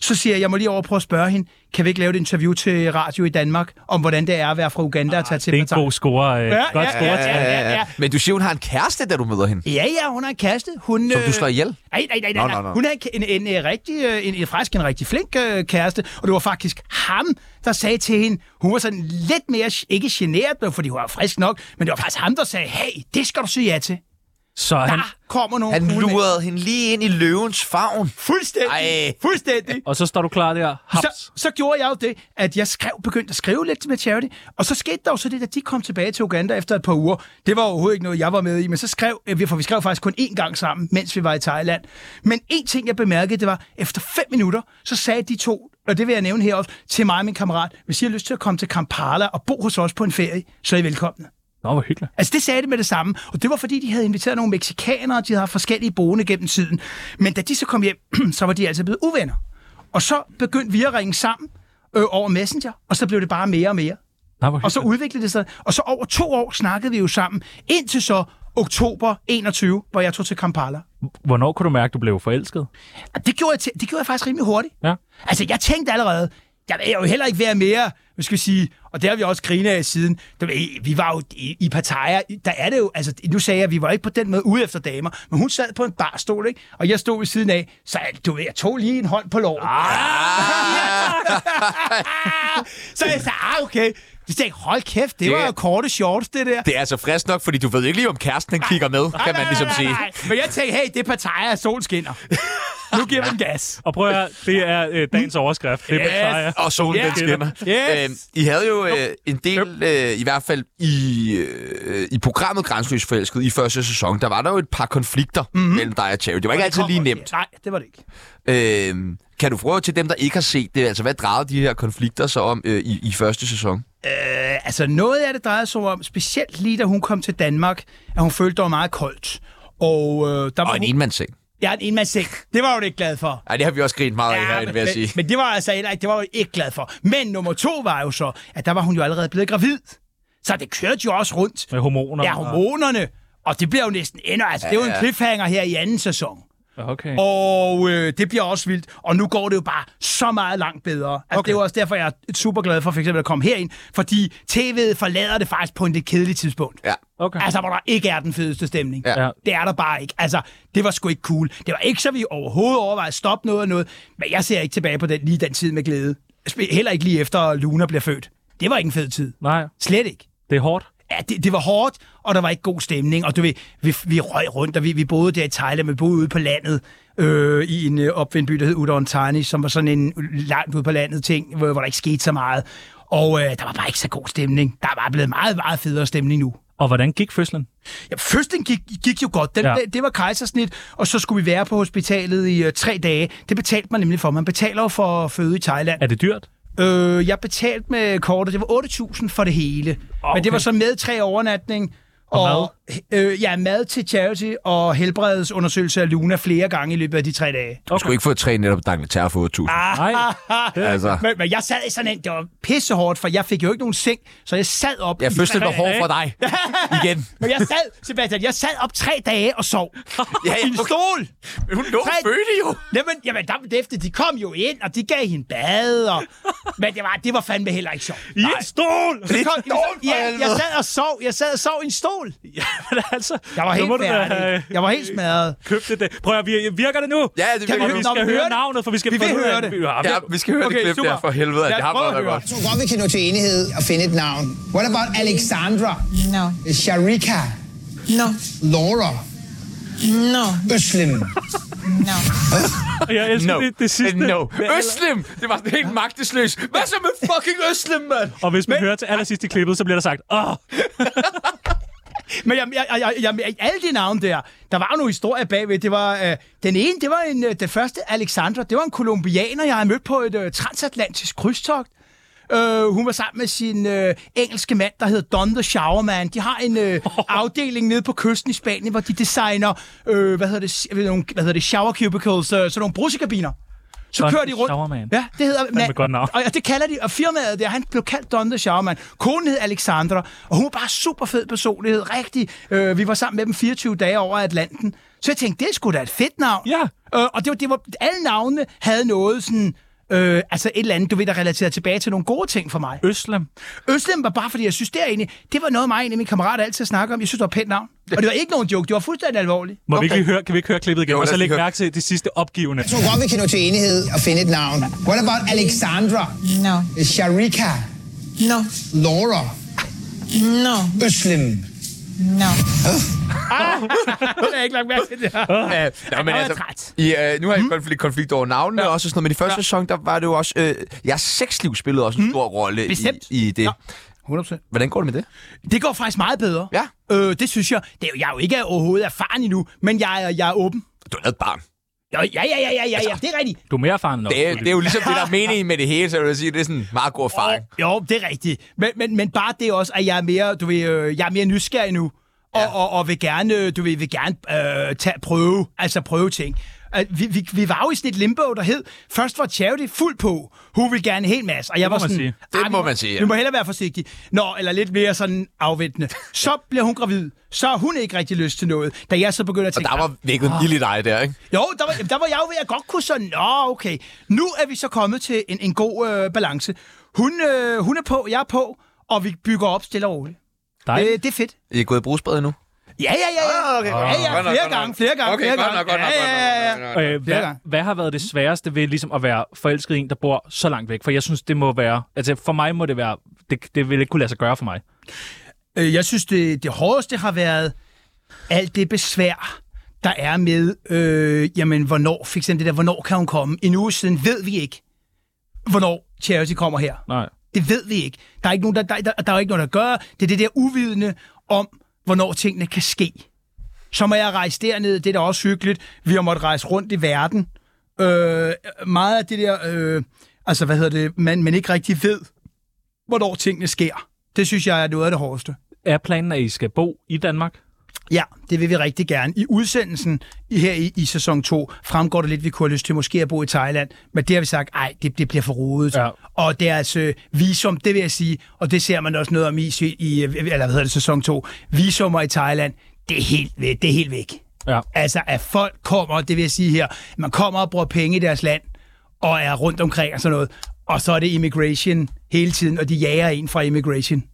[SPEAKER 3] så siger jeg, jeg må lige over og prøve at spørge hende, kan vi ikke lave et interview til radio i Danmark, om hvordan det er at være fra Uganda og tage til
[SPEAKER 4] Ah, Det er en
[SPEAKER 3] Qatar?
[SPEAKER 4] god score. Øh,
[SPEAKER 3] Ja,
[SPEAKER 4] godt
[SPEAKER 3] ja,
[SPEAKER 4] score,
[SPEAKER 3] ja, ja, ja, ja.
[SPEAKER 1] Men du siger, hun har en kæreste, da du møder hende.
[SPEAKER 3] Ja, ja, hun har en kæreste. Hun, øh,
[SPEAKER 1] Som du slår ihjel?
[SPEAKER 3] Nej, nej, nej.
[SPEAKER 1] Nå,
[SPEAKER 3] nej,
[SPEAKER 1] nå,
[SPEAKER 3] nej.
[SPEAKER 1] nå.
[SPEAKER 3] Hun er en, en, en, øh, rigtig, øh, en, en, faktisk en rigtig flink øh, kæreste, og det var faktisk ham, der sagde til hende, hun var sådan lidt mere, ikke generet, men fordi hun var frisk nok, men det var faktisk ham, der sagde, hey, det skal du sige ja til.
[SPEAKER 4] Så han,
[SPEAKER 3] Der kommer nogle
[SPEAKER 1] Han
[SPEAKER 3] cool mænd.
[SPEAKER 1] lurede hende lige ind i løvens favn.
[SPEAKER 3] Fuldstændig.
[SPEAKER 1] Ej.
[SPEAKER 3] Fuldstændig.
[SPEAKER 4] og så står du klar der. Haps.
[SPEAKER 3] Så, så gjorde jeg jo det, at jeg skrev, begyndte at skrive lidt med Charity, og så skete der jo så det, at de kom tilbage til Uganda efter et par uger. Det var overhovedet ikke noget, jeg var med i, men så skrev, øh, vi- for vi skrev faktisk kun én gang sammen, mens vi var i Thailand. Men en ting, jeg bemærkede, det var, efter fem minutter, så sagde de to, og det vil jeg nævne her også, til mig og min kammerat, hvis I har lyst til at komme til Kampala og bo hos os på en ferie, så er I velkomne.
[SPEAKER 4] Nå, hvor hyggeligt.
[SPEAKER 3] Altså, det sagde det med det samme. Og det var, fordi de havde inviteret nogle meksikanere, og de havde haft forskellige boende gennem tiden. Men da de så kom hjem, så var de altså blevet uvenner. Og så begyndte vi at ringe sammen øh, over Messenger, og så blev det bare mere og mere.
[SPEAKER 4] Nå, hvor
[SPEAKER 3] Og så
[SPEAKER 4] hyggeligt.
[SPEAKER 3] udviklede det sig. Og så over to år snakkede vi jo sammen, indtil så oktober 21, hvor jeg tog til Kampala.
[SPEAKER 4] Hvornår kunne du mærke, du blev forelsket?
[SPEAKER 3] Og det gjorde jeg, til, det gjorde jeg faktisk rimelig hurtigt.
[SPEAKER 4] Ja.
[SPEAKER 3] Altså, jeg tænkte allerede, jeg vil jo heller ikke være mere, hvad skal jeg sige, og det har vi også grinet af siden. Du ved, Vi var jo i, i Pattaya, der er det jo, altså nu sagde jeg, at vi var ikke på den måde ude efter damer, men hun sad på en barstol, ikke? Og jeg stod ved siden af, så du ved, jeg tog lige en hånd på låret.
[SPEAKER 1] Ah.
[SPEAKER 3] så jeg sagde, ah, okay. Så tænkte jeg, hold kæft, det var
[SPEAKER 1] Det-
[SPEAKER 3] jo korte shorts, det der.
[SPEAKER 1] Det er altså frisk nok, fordi du ved ikke lige, om kæresten han kigger med, kan man ligesom sige.
[SPEAKER 3] Men jeg tænkte, hey, det er Pattaya, og solen skinner. nu giver vi den gas.
[SPEAKER 4] Og prøv at høre, det er øh, dagens overskrift. Det er
[SPEAKER 3] Yes.
[SPEAKER 4] Pattaya.
[SPEAKER 1] Og solen
[SPEAKER 3] Ja.
[SPEAKER 1] den skinner.
[SPEAKER 3] Yes.
[SPEAKER 1] Øhm, I havde jo øh, en del, øh, i hvert fald i, øh, i programmet Grænsløs Forelsket i første sæson, der var der jo et par konflikter mm-hmm. mellem dig og Cherry. Det var ikke altid lige nemt.
[SPEAKER 3] Nej, Mhm. det var det ikke.
[SPEAKER 1] Øhm, kan du prøve til dem, der ikke har set det, altså hvad drejede de her konflikter sig om øh, i, i første sæson?
[SPEAKER 3] Øh, altså noget af det drejede sig om, specielt lige da hun kom til Danmark, at hun følte, det var meget koldt. Og, øh, der var
[SPEAKER 1] Og en
[SPEAKER 3] hun,
[SPEAKER 1] enmandsseng.
[SPEAKER 3] ja, en enmandsseng. Det var hun ikke glad for.
[SPEAKER 1] Ej, det har vi også grint meget af ja, herinde,
[SPEAKER 3] men,
[SPEAKER 1] vil jeg
[SPEAKER 3] men,
[SPEAKER 1] sige.
[SPEAKER 3] men det var altså heller ikke, det var hun ikke glad for. Men nummer to var jo så, at der var hun jo allerede blevet gravid. Så det kørte jo også rundt.
[SPEAKER 4] Med hormoner.
[SPEAKER 3] Ja, hormonerne. Og det bliver jo næsten endnu... Altså, det er jo en cliffhanger her i anden sæson.
[SPEAKER 4] Ja, Okay.
[SPEAKER 3] Og øh, det bliver også vildt. Og nu går det jo bare så meget langt bedre. Altså, okay. Det er jo også derfor, jeg er super glad for for eksempel at komme herind. Fordi tv'et forlader det faktisk på en lidt kedelig tidspunkt.
[SPEAKER 1] Ja.
[SPEAKER 4] Okay.
[SPEAKER 3] Altså, hvor der ikke er den fedeste stemning.
[SPEAKER 1] Ja.
[SPEAKER 4] Ja.
[SPEAKER 3] Det er der bare ikke. Altså, det var sgu ikke cool. Det var ikke så, vi overhovedet overvejede at stoppe noget og noget. Men jeg ser ikke tilbage på den, lige den tid med glæde. Spe- Heller ikke lige efter Luna bliver født. Det var ikke en fed tid.
[SPEAKER 4] Nej,
[SPEAKER 3] Slet ikke.
[SPEAKER 4] det er hårdt.
[SPEAKER 3] Ja, det, det var hårdt, og der var ikke god stemning, og du ved, vi, vi røg rundt, og vi, vi boede der i Thailand, vi boede ude på landet, øh, i en øh, opvendt by, der hed Udon Thani, som var sådan en langt ude på landet ting, hvor, hvor der ikke skete så meget, og øh, der var bare ikke så god stemning. Der er bare blevet meget, meget federe stemning nu.
[SPEAKER 4] Og hvordan gik fødslen?
[SPEAKER 3] Ja, fødslen gik, gik jo godt. Den, ja.
[SPEAKER 4] Ja.
[SPEAKER 3] det, det var kejsersnit, og så skulle vi være på hospitalet i øh, tre dage. Det betalte man nemlig for. Man betaler jo for at føde i Thailand.
[SPEAKER 4] Er det dyrt?
[SPEAKER 3] Øh, jeg betalte med kortet, det var 8.000 for det hele.
[SPEAKER 1] Ah,
[SPEAKER 3] Okay. Men det var så med tre overnatning. Og,
[SPEAKER 4] Og
[SPEAKER 3] Øh, ja, mad til charity og helbredelsesundersøgelse af Luna flere gange i løbet af de tre dage.
[SPEAKER 1] Du skulle ikke få tre netop Dangleterre for 8.000.
[SPEAKER 3] Ah,
[SPEAKER 4] Nej.
[SPEAKER 1] altså,
[SPEAKER 3] Men, men jeg sad i sådan en, det var pissehårdt, for jeg fik jo ikke nogen seng, så jeg sad op.
[SPEAKER 1] ja,
[SPEAKER 3] i
[SPEAKER 1] fødslen
[SPEAKER 3] tre
[SPEAKER 1] var hård
[SPEAKER 3] dage.
[SPEAKER 1] for dig. Igen.
[SPEAKER 3] Men jeg sad, Sebastian, jeg sad op tre dage og sov.
[SPEAKER 1] Ja,
[SPEAKER 3] I en
[SPEAKER 1] okay.
[SPEAKER 3] stol.
[SPEAKER 1] Hun lå
[SPEAKER 3] Tre-
[SPEAKER 1] fødte jo.
[SPEAKER 3] Jamen, jamen der, efter, de kom jo ind, og de gav hende bad, og, men det var, det var fandme heller ikke sjovt.
[SPEAKER 4] I en stol!
[SPEAKER 3] Så kom-
[SPEAKER 1] dårligt for
[SPEAKER 3] ja, jeg
[SPEAKER 1] helvede.
[SPEAKER 3] sad og sov. Jeg sad og sov i en stol.
[SPEAKER 4] Jamen altså,
[SPEAKER 3] Jeg var
[SPEAKER 4] nu må
[SPEAKER 3] helt
[SPEAKER 4] du da
[SPEAKER 3] færdig.
[SPEAKER 4] have
[SPEAKER 3] Jeg var helt smadret.
[SPEAKER 4] købt det. Prøv at vi virker det nu?
[SPEAKER 1] Ja, det
[SPEAKER 3] Kan
[SPEAKER 1] kan
[SPEAKER 3] vi
[SPEAKER 1] vi
[SPEAKER 3] høre-
[SPEAKER 4] Vi
[SPEAKER 3] Nå,
[SPEAKER 4] skal
[SPEAKER 3] vi hører
[SPEAKER 4] høre
[SPEAKER 3] det.
[SPEAKER 4] navnet, for vi skal
[SPEAKER 3] Vi vil
[SPEAKER 4] prøve
[SPEAKER 3] høre
[SPEAKER 4] at-
[SPEAKER 3] det.
[SPEAKER 1] Ja, vi skal høre okay, det klip
[SPEAKER 3] super.
[SPEAKER 1] der for helvede.
[SPEAKER 3] Lad
[SPEAKER 1] at
[SPEAKER 3] os
[SPEAKER 1] Det har
[SPEAKER 3] prøve
[SPEAKER 1] været
[SPEAKER 3] at
[SPEAKER 1] der
[SPEAKER 3] høre.
[SPEAKER 1] godt.
[SPEAKER 2] Jeg tror godt, vi kan nå til enighed og finde et navn. What about Alexandra?
[SPEAKER 9] No.
[SPEAKER 2] Sharika?
[SPEAKER 9] No.
[SPEAKER 2] Laura?
[SPEAKER 9] No.
[SPEAKER 2] Øslem?
[SPEAKER 9] No.
[SPEAKER 4] Jeg elsker det, det sidste.
[SPEAKER 1] No.
[SPEAKER 4] Det aller-
[SPEAKER 1] Øslem! Det var helt magtesløs. Hvad så med fucking Øslem, mand?
[SPEAKER 4] Og hvis man hører til allersidst i klippet, så bliver der sagt, åh,
[SPEAKER 3] Men jeg, jeg, jeg, jeg, jeg, alle de navne der, der var jo nogle historier bagved. Det var, øh, den ene, det var en, øh, den første, Alexandra, det var en kolumbianer, jeg havde mødt på et øh, transatlantisk krydstogt. Øh, hun var sammen med sin øh, engelske mand, der hedder Don the Showerman. De har en øh, afdeling nede på kysten i Spanien, hvor de designer, øh, hvad hedder det, jeg ved, nogle, hvad hedder det, shower cubicles, øh, sådan nogle brusekabiner. Så
[SPEAKER 4] Don
[SPEAKER 3] kører de
[SPEAKER 4] the
[SPEAKER 3] rundt.
[SPEAKER 4] Showerman.
[SPEAKER 3] Ja, det hedder...
[SPEAKER 4] Fandme godt navn.
[SPEAKER 3] Og, og det kalder de, og firmaet der, han blev kaldt Don the Showerman. Konen hed Alexandra, og hun var bare super fed personlighed, rigtig. Øh, vi var sammen med dem 24 dage over Atlanten. Så jeg tænkte, det er sgu da et fedt navn.
[SPEAKER 4] Ja.
[SPEAKER 3] Øh, og det var, det var, alle navnene havde noget sådan... Øh, altså et eller andet, du ved, der relaterer tilbage til nogle gode ting for mig.
[SPEAKER 4] Øslem.
[SPEAKER 3] Øslem var bare, fordi jeg synes, det er egentlig, det var noget, mig og en af mine kammerater altid snakker om. Jeg synes, det var et pænt navn. Og det var ikke nogen joke, det var fuldstændig alvorligt.
[SPEAKER 4] Må okay. vi ikke lige høre, kan vi ikke høre klippet igen?
[SPEAKER 1] Jo,
[SPEAKER 4] Jo, og
[SPEAKER 1] lad
[SPEAKER 4] så
[SPEAKER 1] os lige
[SPEAKER 4] lægge
[SPEAKER 1] høre.
[SPEAKER 4] mærke til det sidste opgivende.
[SPEAKER 2] Jeg tror godt, vi kan nå til enighed og finde et navn. What about Alexandra?
[SPEAKER 9] No.
[SPEAKER 2] Sharika?
[SPEAKER 9] No.
[SPEAKER 2] Laura?
[SPEAKER 9] No.
[SPEAKER 2] Øslem?
[SPEAKER 9] No.
[SPEAKER 3] Det har jeg ikke lagt mærke til det her.
[SPEAKER 1] Ja, nå, men
[SPEAKER 3] var
[SPEAKER 1] altså,
[SPEAKER 3] træt.
[SPEAKER 1] I, øh, nu har jeg konflikt, konflikt over navnene ja. også, og sådan noget, men i første ja. sæson, der var det jo også... Øh, jeres sexliv spillede også en stor rolle i,
[SPEAKER 3] Bestemt.
[SPEAKER 1] i det.
[SPEAKER 3] Ja.
[SPEAKER 1] Ja.
[SPEAKER 3] 100%.
[SPEAKER 1] Hvordan går det med det?
[SPEAKER 3] Det går faktisk meget bedre.
[SPEAKER 1] Ja.
[SPEAKER 3] Øh, det synes jeg. Det er, jo- jeg er jo ikke overhovedet erfaren endnu, men jeg er, jeg er åben.
[SPEAKER 1] Du har lavet et barn.
[SPEAKER 3] Jo, Ja, ja, ja, ja, ja,
[SPEAKER 1] Altså,
[SPEAKER 3] ja, det er rigtigt.
[SPEAKER 4] Du er mere erfaren end os.
[SPEAKER 1] Det er, det er jo ligesom det, der er meningen med det hele, så jeg vil sige, det er sådan en meget god erfaring.
[SPEAKER 3] Jo, det er rigtigt. Men, men, men bare det også, at jeg er mere, du ved, øh, jeg er mere nysgerrig nu, og, ja. og, og vil gerne, øh, du ved, vil gerne øh, tage, prøve, altså prøve ting. Øh, Vi, vi, vi var jo i sådan et limbo, der hed, først var Charity fuld på, hun ville gerne en hel masse, og jeg var
[SPEAKER 4] må man
[SPEAKER 3] sådan...
[SPEAKER 4] sige.
[SPEAKER 1] Det
[SPEAKER 3] "Ej, vi
[SPEAKER 1] må man sige, ja."
[SPEAKER 3] Vi må hellere være forsigtige. Nå, eller lidt mere sådan afventende. Så bliver hun gravid, så har hun ikke rigtig lyst til noget, da jeg så begynder at
[SPEAKER 1] Og
[SPEAKER 3] tænke...
[SPEAKER 1] der var vækket
[SPEAKER 3] Ah.
[SPEAKER 1] en lille dig der, ikke?
[SPEAKER 3] Jo, der var, jamen, der var jeg jo ved at godt kunne sådan, nå okay, nu er vi så kommet til en, en god øh, balance. Hun, øh, hun er på, jeg er på, og vi bygger op stille og roligt.
[SPEAKER 4] Dig?
[SPEAKER 3] Øh, det er fedt.
[SPEAKER 1] I er gået i brugsbadet nu.
[SPEAKER 3] Ja, ja, ja, ja. Okay, ja, ja,
[SPEAKER 1] Ah, Godt nok,
[SPEAKER 3] flere
[SPEAKER 1] godt nok.
[SPEAKER 3] gange, flere gange,
[SPEAKER 1] Okay,
[SPEAKER 3] flere
[SPEAKER 1] godt
[SPEAKER 3] gange.
[SPEAKER 1] nok, godt nok,
[SPEAKER 3] ja,
[SPEAKER 1] godt nok,
[SPEAKER 3] ja, ja,
[SPEAKER 1] godt
[SPEAKER 3] ja.
[SPEAKER 1] nok, godt nok.
[SPEAKER 4] Øh, hvad,
[SPEAKER 3] gange. Mhm.
[SPEAKER 4] hvad har været det sværeste ved ligesom at være forelsket i en, der bor så langt væk? For jeg synes, det må være... Altså, for mig må det være... Det, det vil ikke kunne lade sig gøre for mig.
[SPEAKER 3] Øh, Jeg synes, det, det hårdeste har været alt det besvær, der er med, øh, jamen, hvornår, for eksempel det der, hvornår kan hun komme? En uge siden ved vi ikke, hvornår Charity kommer her.
[SPEAKER 4] Nej.
[SPEAKER 3] Det ved vi ikke. Der er ikke nogen, der, der, der, der, er ikke noget, der gør. Det er det der uvidende om, hvornår tingene kan ske. Så må jeg rejse derned. Det er da også hyggeligt. Vi har måttet rejse rundt i verden. Øh, meget af det der, øh, altså hvad hedder det, man, man ikke rigtig ved, hvornår tingene sker. Det synes jeg er noget af det hårdeste.
[SPEAKER 4] Er planen, at I skal bo i Danmark?
[SPEAKER 3] Ja, det vil vi rigtig gerne. I udsendelsen i- her i, i sæson 2 fremgår det lidt, at vi kunne have lyst til måske at bo i Thailand, men det har vi sagt, ej, det, det bliver for rodet.
[SPEAKER 4] Ja.
[SPEAKER 3] Og deres øh, visum, det vil jeg sige, og det ser man også noget om i, i- i øh, eller hvad hedder det, sæson 2, visummer i Thailand, det er helt væk. Det er helt væk.
[SPEAKER 4] Ja.
[SPEAKER 3] Altså, at folk kommer, det vil jeg sige her, man kommer og bruger penge i deres land, og er rundt omkring og sådan noget, og så er det immigration hele tiden, og de jager en fra immigration.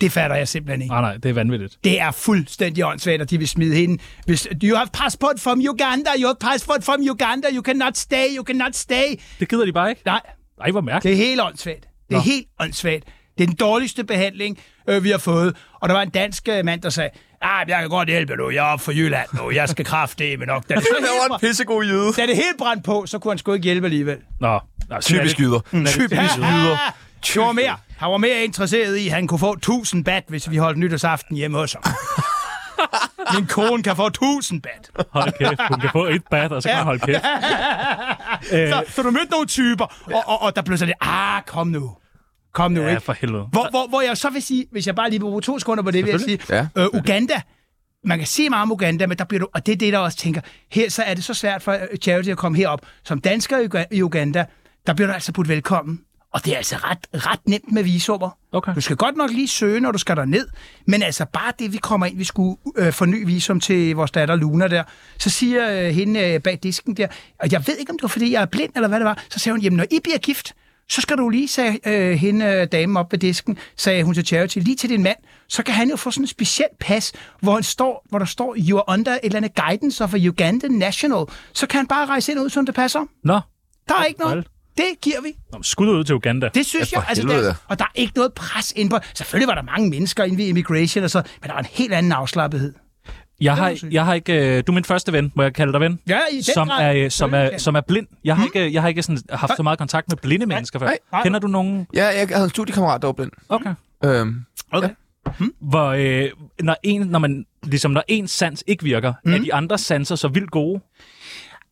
[SPEAKER 3] Det fatter jeg simpelthen ikke.
[SPEAKER 4] Nej, Ah, nej, det er vanvittigt.
[SPEAKER 3] Det er fuldstændig åndssvagt, at de vil smide hende. Hvis, you have passport from Uganda, you have passport from Uganda, you cannot stay, you cannot stay.
[SPEAKER 4] Det gider de bare ikke.
[SPEAKER 3] Nej,
[SPEAKER 4] Nej, hvor mærkeligt.
[SPEAKER 3] det er helt åndssvagt. Det er helt åndssvagt. Det er den dårligste behandling, øh, vi har fået. Og der var en dansk øh, mand, der sagde, ah, jeg kan godt hjælpe nu, jeg er fra Jylland nu, jeg skal krafte med nok. Da det, så
[SPEAKER 1] Det var en
[SPEAKER 3] helt, bra-
[SPEAKER 1] pissegod jyde.
[SPEAKER 3] da det helt brændt på, så kunne han sgu ikke hjælpe alligevel.
[SPEAKER 4] Nå, nej, sådan er
[SPEAKER 1] Typisk
[SPEAKER 4] det.
[SPEAKER 1] jyder.
[SPEAKER 3] Mm,
[SPEAKER 1] Typisk jyder.
[SPEAKER 3] Det var mere. Han var mere interesseret i, at han kunne få 1000 bat, hvis vi holdt nytårsaften hjemme hos ham. Min kone kan få 1000 bat.
[SPEAKER 4] Hold kæft, hun kan få et bad, og så kan
[SPEAKER 3] Ja.
[SPEAKER 4] hun holde kæft.
[SPEAKER 3] så, så du mødte nogle typer, og, og, og der blev sådan lidt, ah, kom nu. Kom nu,
[SPEAKER 4] Ja,
[SPEAKER 3] ikke?
[SPEAKER 4] for helvede.
[SPEAKER 3] Hvor, hvor, hvor jeg så vil sige, hvis jeg bare lige vil bruge to sekunder på det, vil jeg sige,
[SPEAKER 1] Ja,
[SPEAKER 3] øh, Uganda, man kan se meget om Uganda, men der bliver du, og det er det, der også tænker, her så er det så svært for øh, Charity at komme herop. Som dansker i Uga- i Uganda, der bliver du altså budt velkommen. Og det er altså ret, ret nemt med visummer.
[SPEAKER 4] Okay.
[SPEAKER 3] Du skal godt nok lige søge, når du skal derned, men altså bare det, vi kommer ind, vi skulle øh, forny visum til vores datter Luna der, så siger øh, hende øh, bag disken der, og jeg ved ikke, om det var, fordi jeg er blind, eller hvad det var, så siger hun, jamen når I bliver gift, så skal du lige, sagde øh, hende øh, damen op ved disken, sagde hun til Charity, lige til din mand, så kan han jo få sådan en speciel pas, hvor, han står, hvor der står, you are under et eller andet guidance of a Ugandan national, så kan han bare rejse ind og ud, som det passer.
[SPEAKER 4] Nå,
[SPEAKER 3] Der er ikke noget.
[SPEAKER 4] Vel.
[SPEAKER 3] Det giver vi.
[SPEAKER 4] Nå men skud ud til Uganda.
[SPEAKER 3] Det synes jeg. Altså,
[SPEAKER 1] helvede
[SPEAKER 3] der,
[SPEAKER 1] da.
[SPEAKER 3] og der er ikke noget pres ind på. Selvfølgelig var der mange mennesker inde ved immigration og så, men der var en helt anden afslappethed.
[SPEAKER 4] Jeg har, jeg har ikke... øh, Du er min første ven, må jeg kalde dig ven?
[SPEAKER 3] Ja, i den
[SPEAKER 4] som
[SPEAKER 3] grad.
[SPEAKER 4] er, øh, som, er,
[SPEAKER 3] Selvfølgelig.
[SPEAKER 4] som er blind. Jeg har ikke, jeg har ikke sådan, haft så meget kontakt med blinde mennesker før.
[SPEAKER 3] Hmm? nej.
[SPEAKER 4] Kender du nogen?
[SPEAKER 1] Ja, jeg havde en studiekammerat, der var blind.
[SPEAKER 4] Okay.
[SPEAKER 1] Øhm,
[SPEAKER 4] Hvor, øh, når, en, når, man, ligesom, når en sans ikke virker, mm. er de andre sanser så vildt gode?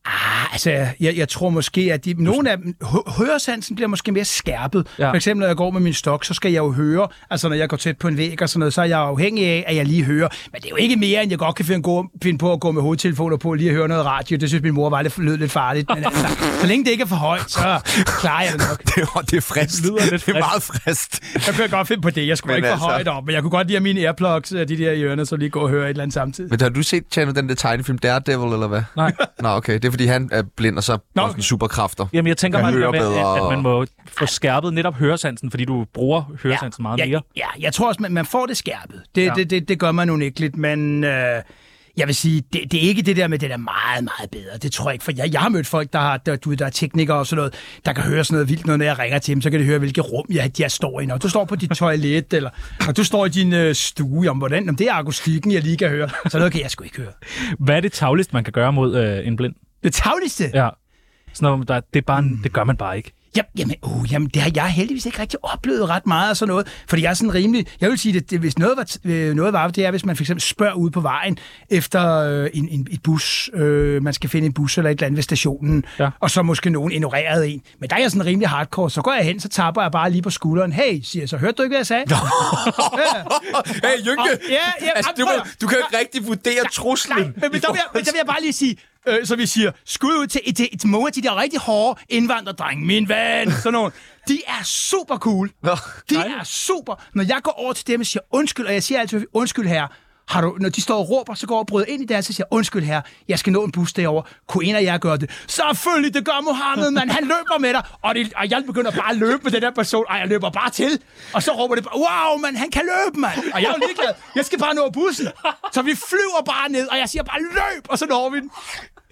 [SPEAKER 3] Ah, altså, jeg, jeg tror måske, at de, nogle af dem, hø- høresansen bliver måske mere skærpet.
[SPEAKER 4] Ja.
[SPEAKER 3] Ja. For eksempel, når jeg går med min stok, så skal jeg jo høre, altså når jeg går tæt på en væg og sådan noget, så er jeg afhængig af, at jeg lige hører. Men det er jo ikke mere, end jeg godt kan finde, gå, finde på at gå med hovedtelefoner på og lige at høre noget radio. Det synes min mor var lidt, lød lidt farligt. Men altså, så længe det ikke er for højt, så klarer jeg det nok.
[SPEAKER 1] det, var, det er frist.
[SPEAKER 4] Det lyder lidt
[SPEAKER 1] Det er
[SPEAKER 4] frist.
[SPEAKER 1] meget frist.
[SPEAKER 3] Jeg kunne jeg godt finde på det. Jeg skulle
[SPEAKER 1] Men
[SPEAKER 3] men ikke altså...
[SPEAKER 1] altså-
[SPEAKER 3] for højt op, men jeg kunne godt lide at mine airplugs, øh, de der i ørerne, så lige gå og høre et eller andet samtidig.
[SPEAKER 1] Men har du set Channel, den der tegnefilm Daredevil, eller hvad?
[SPEAKER 4] Nej.
[SPEAKER 1] Nå, okay. Det er, fordi han er blind, og så har
[SPEAKER 3] okay.
[SPEAKER 1] han sådan superkræfter.
[SPEAKER 4] Jamen, jeg tænker
[SPEAKER 1] Man
[SPEAKER 4] bare, det
[SPEAKER 1] hører
[SPEAKER 4] kan være,
[SPEAKER 1] bedre
[SPEAKER 4] at, at man
[SPEAKER 1] og-
[SPEAKER 4] må få skærpet netop høresansen, fordi du bruger høresansen meget
[SPEAKER 3] ja,
[SPEAKER 4] mere.
[SPEAKER 3] Ja, jeg tror også, man, man får det skærpet. Det,
[SPEAKER 4] Ja.
[SPEAKER 3] ja. det, det, det gør man unægteligt, men øh, jeg vil sige, det, det er ikke det der med, det der meget, meget bedre. Det tror jeg ikke, for jeg, jeg har mødt folk, der, har, der, du ved, der er teknikere og sådan noget, der kan høre sådan noget vildt, når jeg ringer til dem, så kan de høre, hvilket rum jeg, jeg står i. Når du står på dit toilet, eller når du står i din øh, stue, om hvordan, om det er akustikken, jeg lige kan høre, så noget kan jeg sgu ikke høre.
[SPEAKER 4] Hvad er det tavligste, man kan gøre mod øh, en blind?
[SPEAKER 3] Det tavligste,
[SPEAKER 4] Ja. Sådan noget, der, det, er bare, mm. det gør man bare ikke.
[SPEAKER 3] Jamen, jamen, uh, jamen, det har jeg heldigvis ikke rigtig oplevet ret meget af sådan noget, fordi jeg er sådan rimelig... Jeg vil sige, at det, hvis noget var, t- øh, noget var, det er, hvis man for eksempel spørger ude på vejen efter øh, en, en, et bus, øh, man skal finde en bus eller et eller andet ved stationen,
[SPEAKER 4] Ja.
[SPEAKER 3] ja. og så måske nogen ignorerede en. Men der er jeg sådan rimelig hardcore, så går jeg hen, så tapper jeg bare lige på skulderen. Hey, siger jeg så, hørte du ikke, hvad jeg sagde? Nå.
[SPEAKER 1] hey, Jynke!
[SPEAKER 3] Og- ja, ja,
[SPEAKER 1] altså,
[SPEAKER 3] jamen,
[SPEAKER 1] du,
[SPEAKER 3] prøv
[SPEAKER 1] kan,
[SPEAKER 3] at-
[SPEAKER 1] du kan jo ikke rigtig vurdere truslen.
[SPEAKER 3] Nej, men, men der, vil jeg, men der vil jeg bare lige sige, øh, så vi siger, skud ud til, til, til nogle af de der rigtig hårde indvandrerdrenge, min ven, sådan nogle. De er super cool.
[SPEAKER 1] Nå,
[SPEAKER 3] de er super. Når jeg går over til dem og siger undskyld, og jeg siger altid, undskyld herre, har du, når de står og råber, så går jeg og bryder ind i deres og siger, undskyld her, jeg skal nå en bus derovre. Kunne en af jer gøre det? Selvfølgelig, det gør Mohammed, mand. Han løber med dig. Og, det, og jeg begynder bare at løbe med den der person, og jeg løber bare til. Og så råber det bare, wow, mand, han kan løbe, mand. Og jeg er jo ligeglad. Jeg skal bare nå bussen. Så vi flyver bare ned, og jeg siger bare, løb, og så når vi den.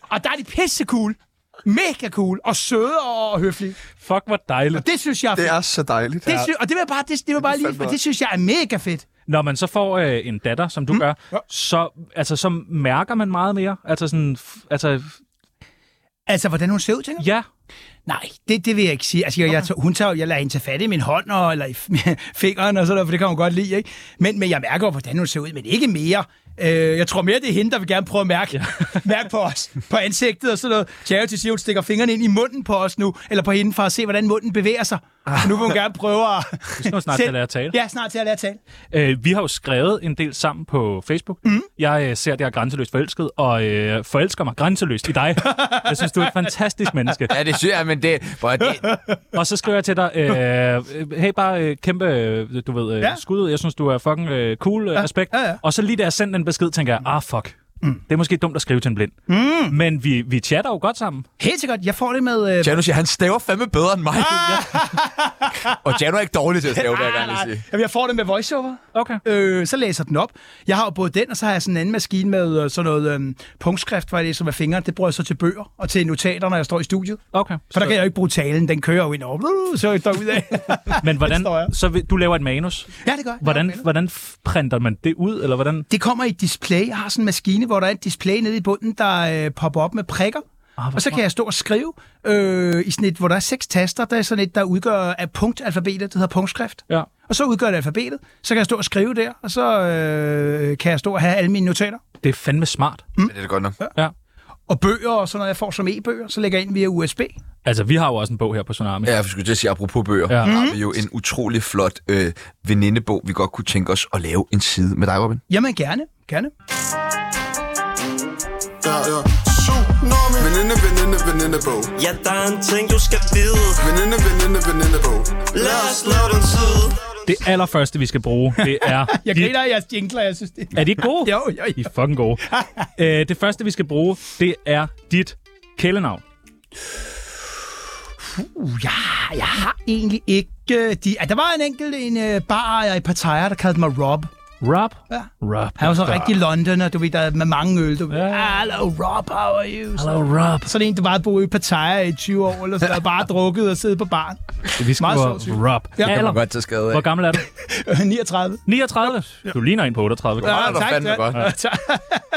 [SPEAKER 3] Og der er de pisse cool. Mega cool. Og søde og høflige.
[SPEAKER 4] Fuck, hvor dejligt.
[SPEAKER 3] Og det synes jeg er
[SPEAKER 1] Det
[SPEAKER 3] fedt.
[SPEAKER 1] er så dejligt.
[SPEAKER 3] Det synes, og det vil jeg bare, det, det vil bare lige,
[SPEAKER 1] fandme
[SPEAKER 3] for det
[SPEAKER 1] også.
[SPEAKER 3] synes jeg er mega fedt.
[SPEAKER 4] Når man så får øh, en datter, som du mm. gør, så, altså, så mærker man meget mere. Altså sådan, f- altså, f-
[SPEAKER 3] Altså, hvordan hun ser ud, tænker du?
[SPEAKER 4] ja,
[SPEAKER 3] Nej, det, det vil jeg ikke sige. Altså, jeg, jeg, tog- hun tager, jo- jeg lader hende tage fat i min hånd og, eller i f- fingeren, og sådan noget, for det kan hun godt lide. Ikke? Men, men jeg mærker jo, hvordan hun ser ud, men ikke mere. Øh, jeg tror mere, det er hende, der vil gerne prøve at mærke, ja. mærke på os, på ansigtet og sådan noget. Charity siger, hun stikker fingrene ind i munden på os nu, eller på hende, for at se, hvordan munden bevæger sig. Ah. Nu vil hun gerne prøve at...
[SPEAKER 4] snart til at
[SPEAKER 3] Sæt-
[SPEAKER 4] lære at tale.
[SPEAKER 3] Ja, snart til at lære at tale.
[SPEAKER 4] Øh, vi har jo skrevet en del sammen på Facebook. Mm. Jeg øh, ser, at jeg er grænseløst forelsket, og øh, forelsker mig grænseløst i dig. Jeg synes, du er et fantastisk menneske.
[SPEAKER 1] Ja, det synes jeg, men det... Hvor er det
[SPEAKER 4] Og så skriver jeg til dig, øh, hey, bare øh, kæmpe, øh, du ved, øh,
[SPEAKER 3] Ja.
[SPEAKER 4] ja. skud ud. Jeg synes, du er fucking øh, cool, øh, respekt.
[SPEAKER 3] ja, ja.
[SPEAKER 4] Og så lige da jeg sendte den besked, tænker jeg, ah, fuck. Mm. Det er måske dumt at skrive til en blind. Mm. Men vi, vi chatter jo godt sammen.
[SPEAKER 3] Helt sikkert, jeg får det med... Øh,
[SPEAKER 1] Janu siger, han staver fandme bedre end mig.
[SPEAKER 3] Ah.
[SPEAKER 1] og Janu er ikke dårlig til at stave, vil jeg gerne lige
[SPEAKER 3] nej,
[SPEAKER 1] sige.
[SPEAKER 3] jamen, jeg får det med voiceover.
[SPEAKER 4] Okay.
[SPEAKER 3] Øh, så læser den op. Jeg har jo både den, og så har jeg sådan en anden maskine med øh, sådan noget øh, punktskrift, hvor jeg læser med fingrene. Det bruger jeg så til bøger og til notater, når jeg står i studiet.
[SPEAKER 4] Okay.
[SPEAKER 3] For der kan jeg jo ikke bruge talen. Den kører jo ind over. bluh, Så jeg ud af.
[SPEAKER 4] Men hvordan,
[SPEAKER 3] står jeg.
[SPEAKER 4] så vil- du laver et manus.
[SPEAKER 3] ja, det gør jeg.
[SPEAKER 4] Hvordan,
[SPEAKER 3] Det,
[SPEAKER 4] hvordan f- printer man det ud, eller hvordan?
[SPEAKER 3] det kommer i et display. Jeg har sådan en maskine, hvor der er et display nede i bunden, der øh, popper op med prikker.
[SPEAKER 4] Ah,
[SPEAKER 3] Og så kan jeg stå og skrive øh, i sådan et, hvor der er seks taster. Der er sådan et, der udgør af punktalfabetet. Det hedder punktskrift.
[SPEAKER 4] Ja.
[SPEAKER 3] Og så udgør det alfabetet. Så kan jeg stå og skrive der, og så øh, kan jeg stå og have alle mine notater.
[SPEAKER 4] Det er fandme smart.
[SPEAKER 1] Det er det godt nok.
[SPEAKER 4] Ja.
[SPEAKER 3] og bøger og sådan noget, jeg får som e-bøger, så lægger jeg ind via USB.
[SPEAKER 4] Altså, vi har jo også en bog her på Tsunami.
[SPEAKER 1] Ja, jeg skulle til at sige, apropos bøger,
[SPEAKER 4] Ja. Mm.
[SPEAKER 1] ja. har vi jo en utrolig flot øh, venindebog, vi godt kunne tænke os at lave en side med dig, Robin.
[SPEAKER 3] Jamen gerne, gerne.
[SPEAKER 7] Ja, ja. Tsunami. Veninde, veninde, venindebog.
[SPEAKER 6] Ja, der er en ting, du skal vide
[SPEAKER 7] Veninde, veninde, venindebog.
[SPEAKER 6] Lad os lave den tid
[SPEAKER 4] Det allerførste, vi skal bruge, det er...
[SPEAKER 3] Jeg griner af jeres jingler, jeg synes det.
[SPEAKER 4] Er de ikke gode?
[SPEAKER 3] Jo, jo,
[SPEAKER 4] I
[SPEAKER 3] jo.
[SPEAKER 4] er fucking gode. Æ, det første, vi skal bruge, det er dit kælenavn.
[SPEAKER 3] Uh, ja, jeg har egentlig ikke... øh, De, ah, der var en enkelt en øh, barer i Pattaya, der kaldte mig Rob.
[SPEAKER 4] Rob.
[SPEAKER 3] Ja.
[SPEAKER 4] Rob.
[SPEAKER 3] Han var så rigtig Londoner, du ved, der med mange øl. Du ved,
[SPEAKER 4] Ja.
[SPEAKER 3] Hello Rob, how are you?
[SPEAKER 4] Hello, Rob.
[SPEAKER 3] Sådan en, der bare boede i Pattaya i 20 år, eller sådan, og bare drukket og siddet på baren.
[SPEAKER 4] Vi skal
[SPEAKER 3] Meget
[SPEAKER 4] bruge
[SPEAKER 3] sjovt,
[SPEAKER 4] Rob.
[SPEAKER 3] Ja.
[SPEAKER 1] Det
[SPEAKER 4] Alder.
[SPEAKER 1] var godt til skade af.
[SPEAKER 4] Hvor gammel er du?
[SPEAKER 3] 39.
[SPEAKER 4] 39. Du ligner en på 38.
[SPEAKER 1] Ja. det var fandme
[SPEAKER 3] ja.
[SPEAKER 1] godt.
[SPEAKER 3] Ja, tak.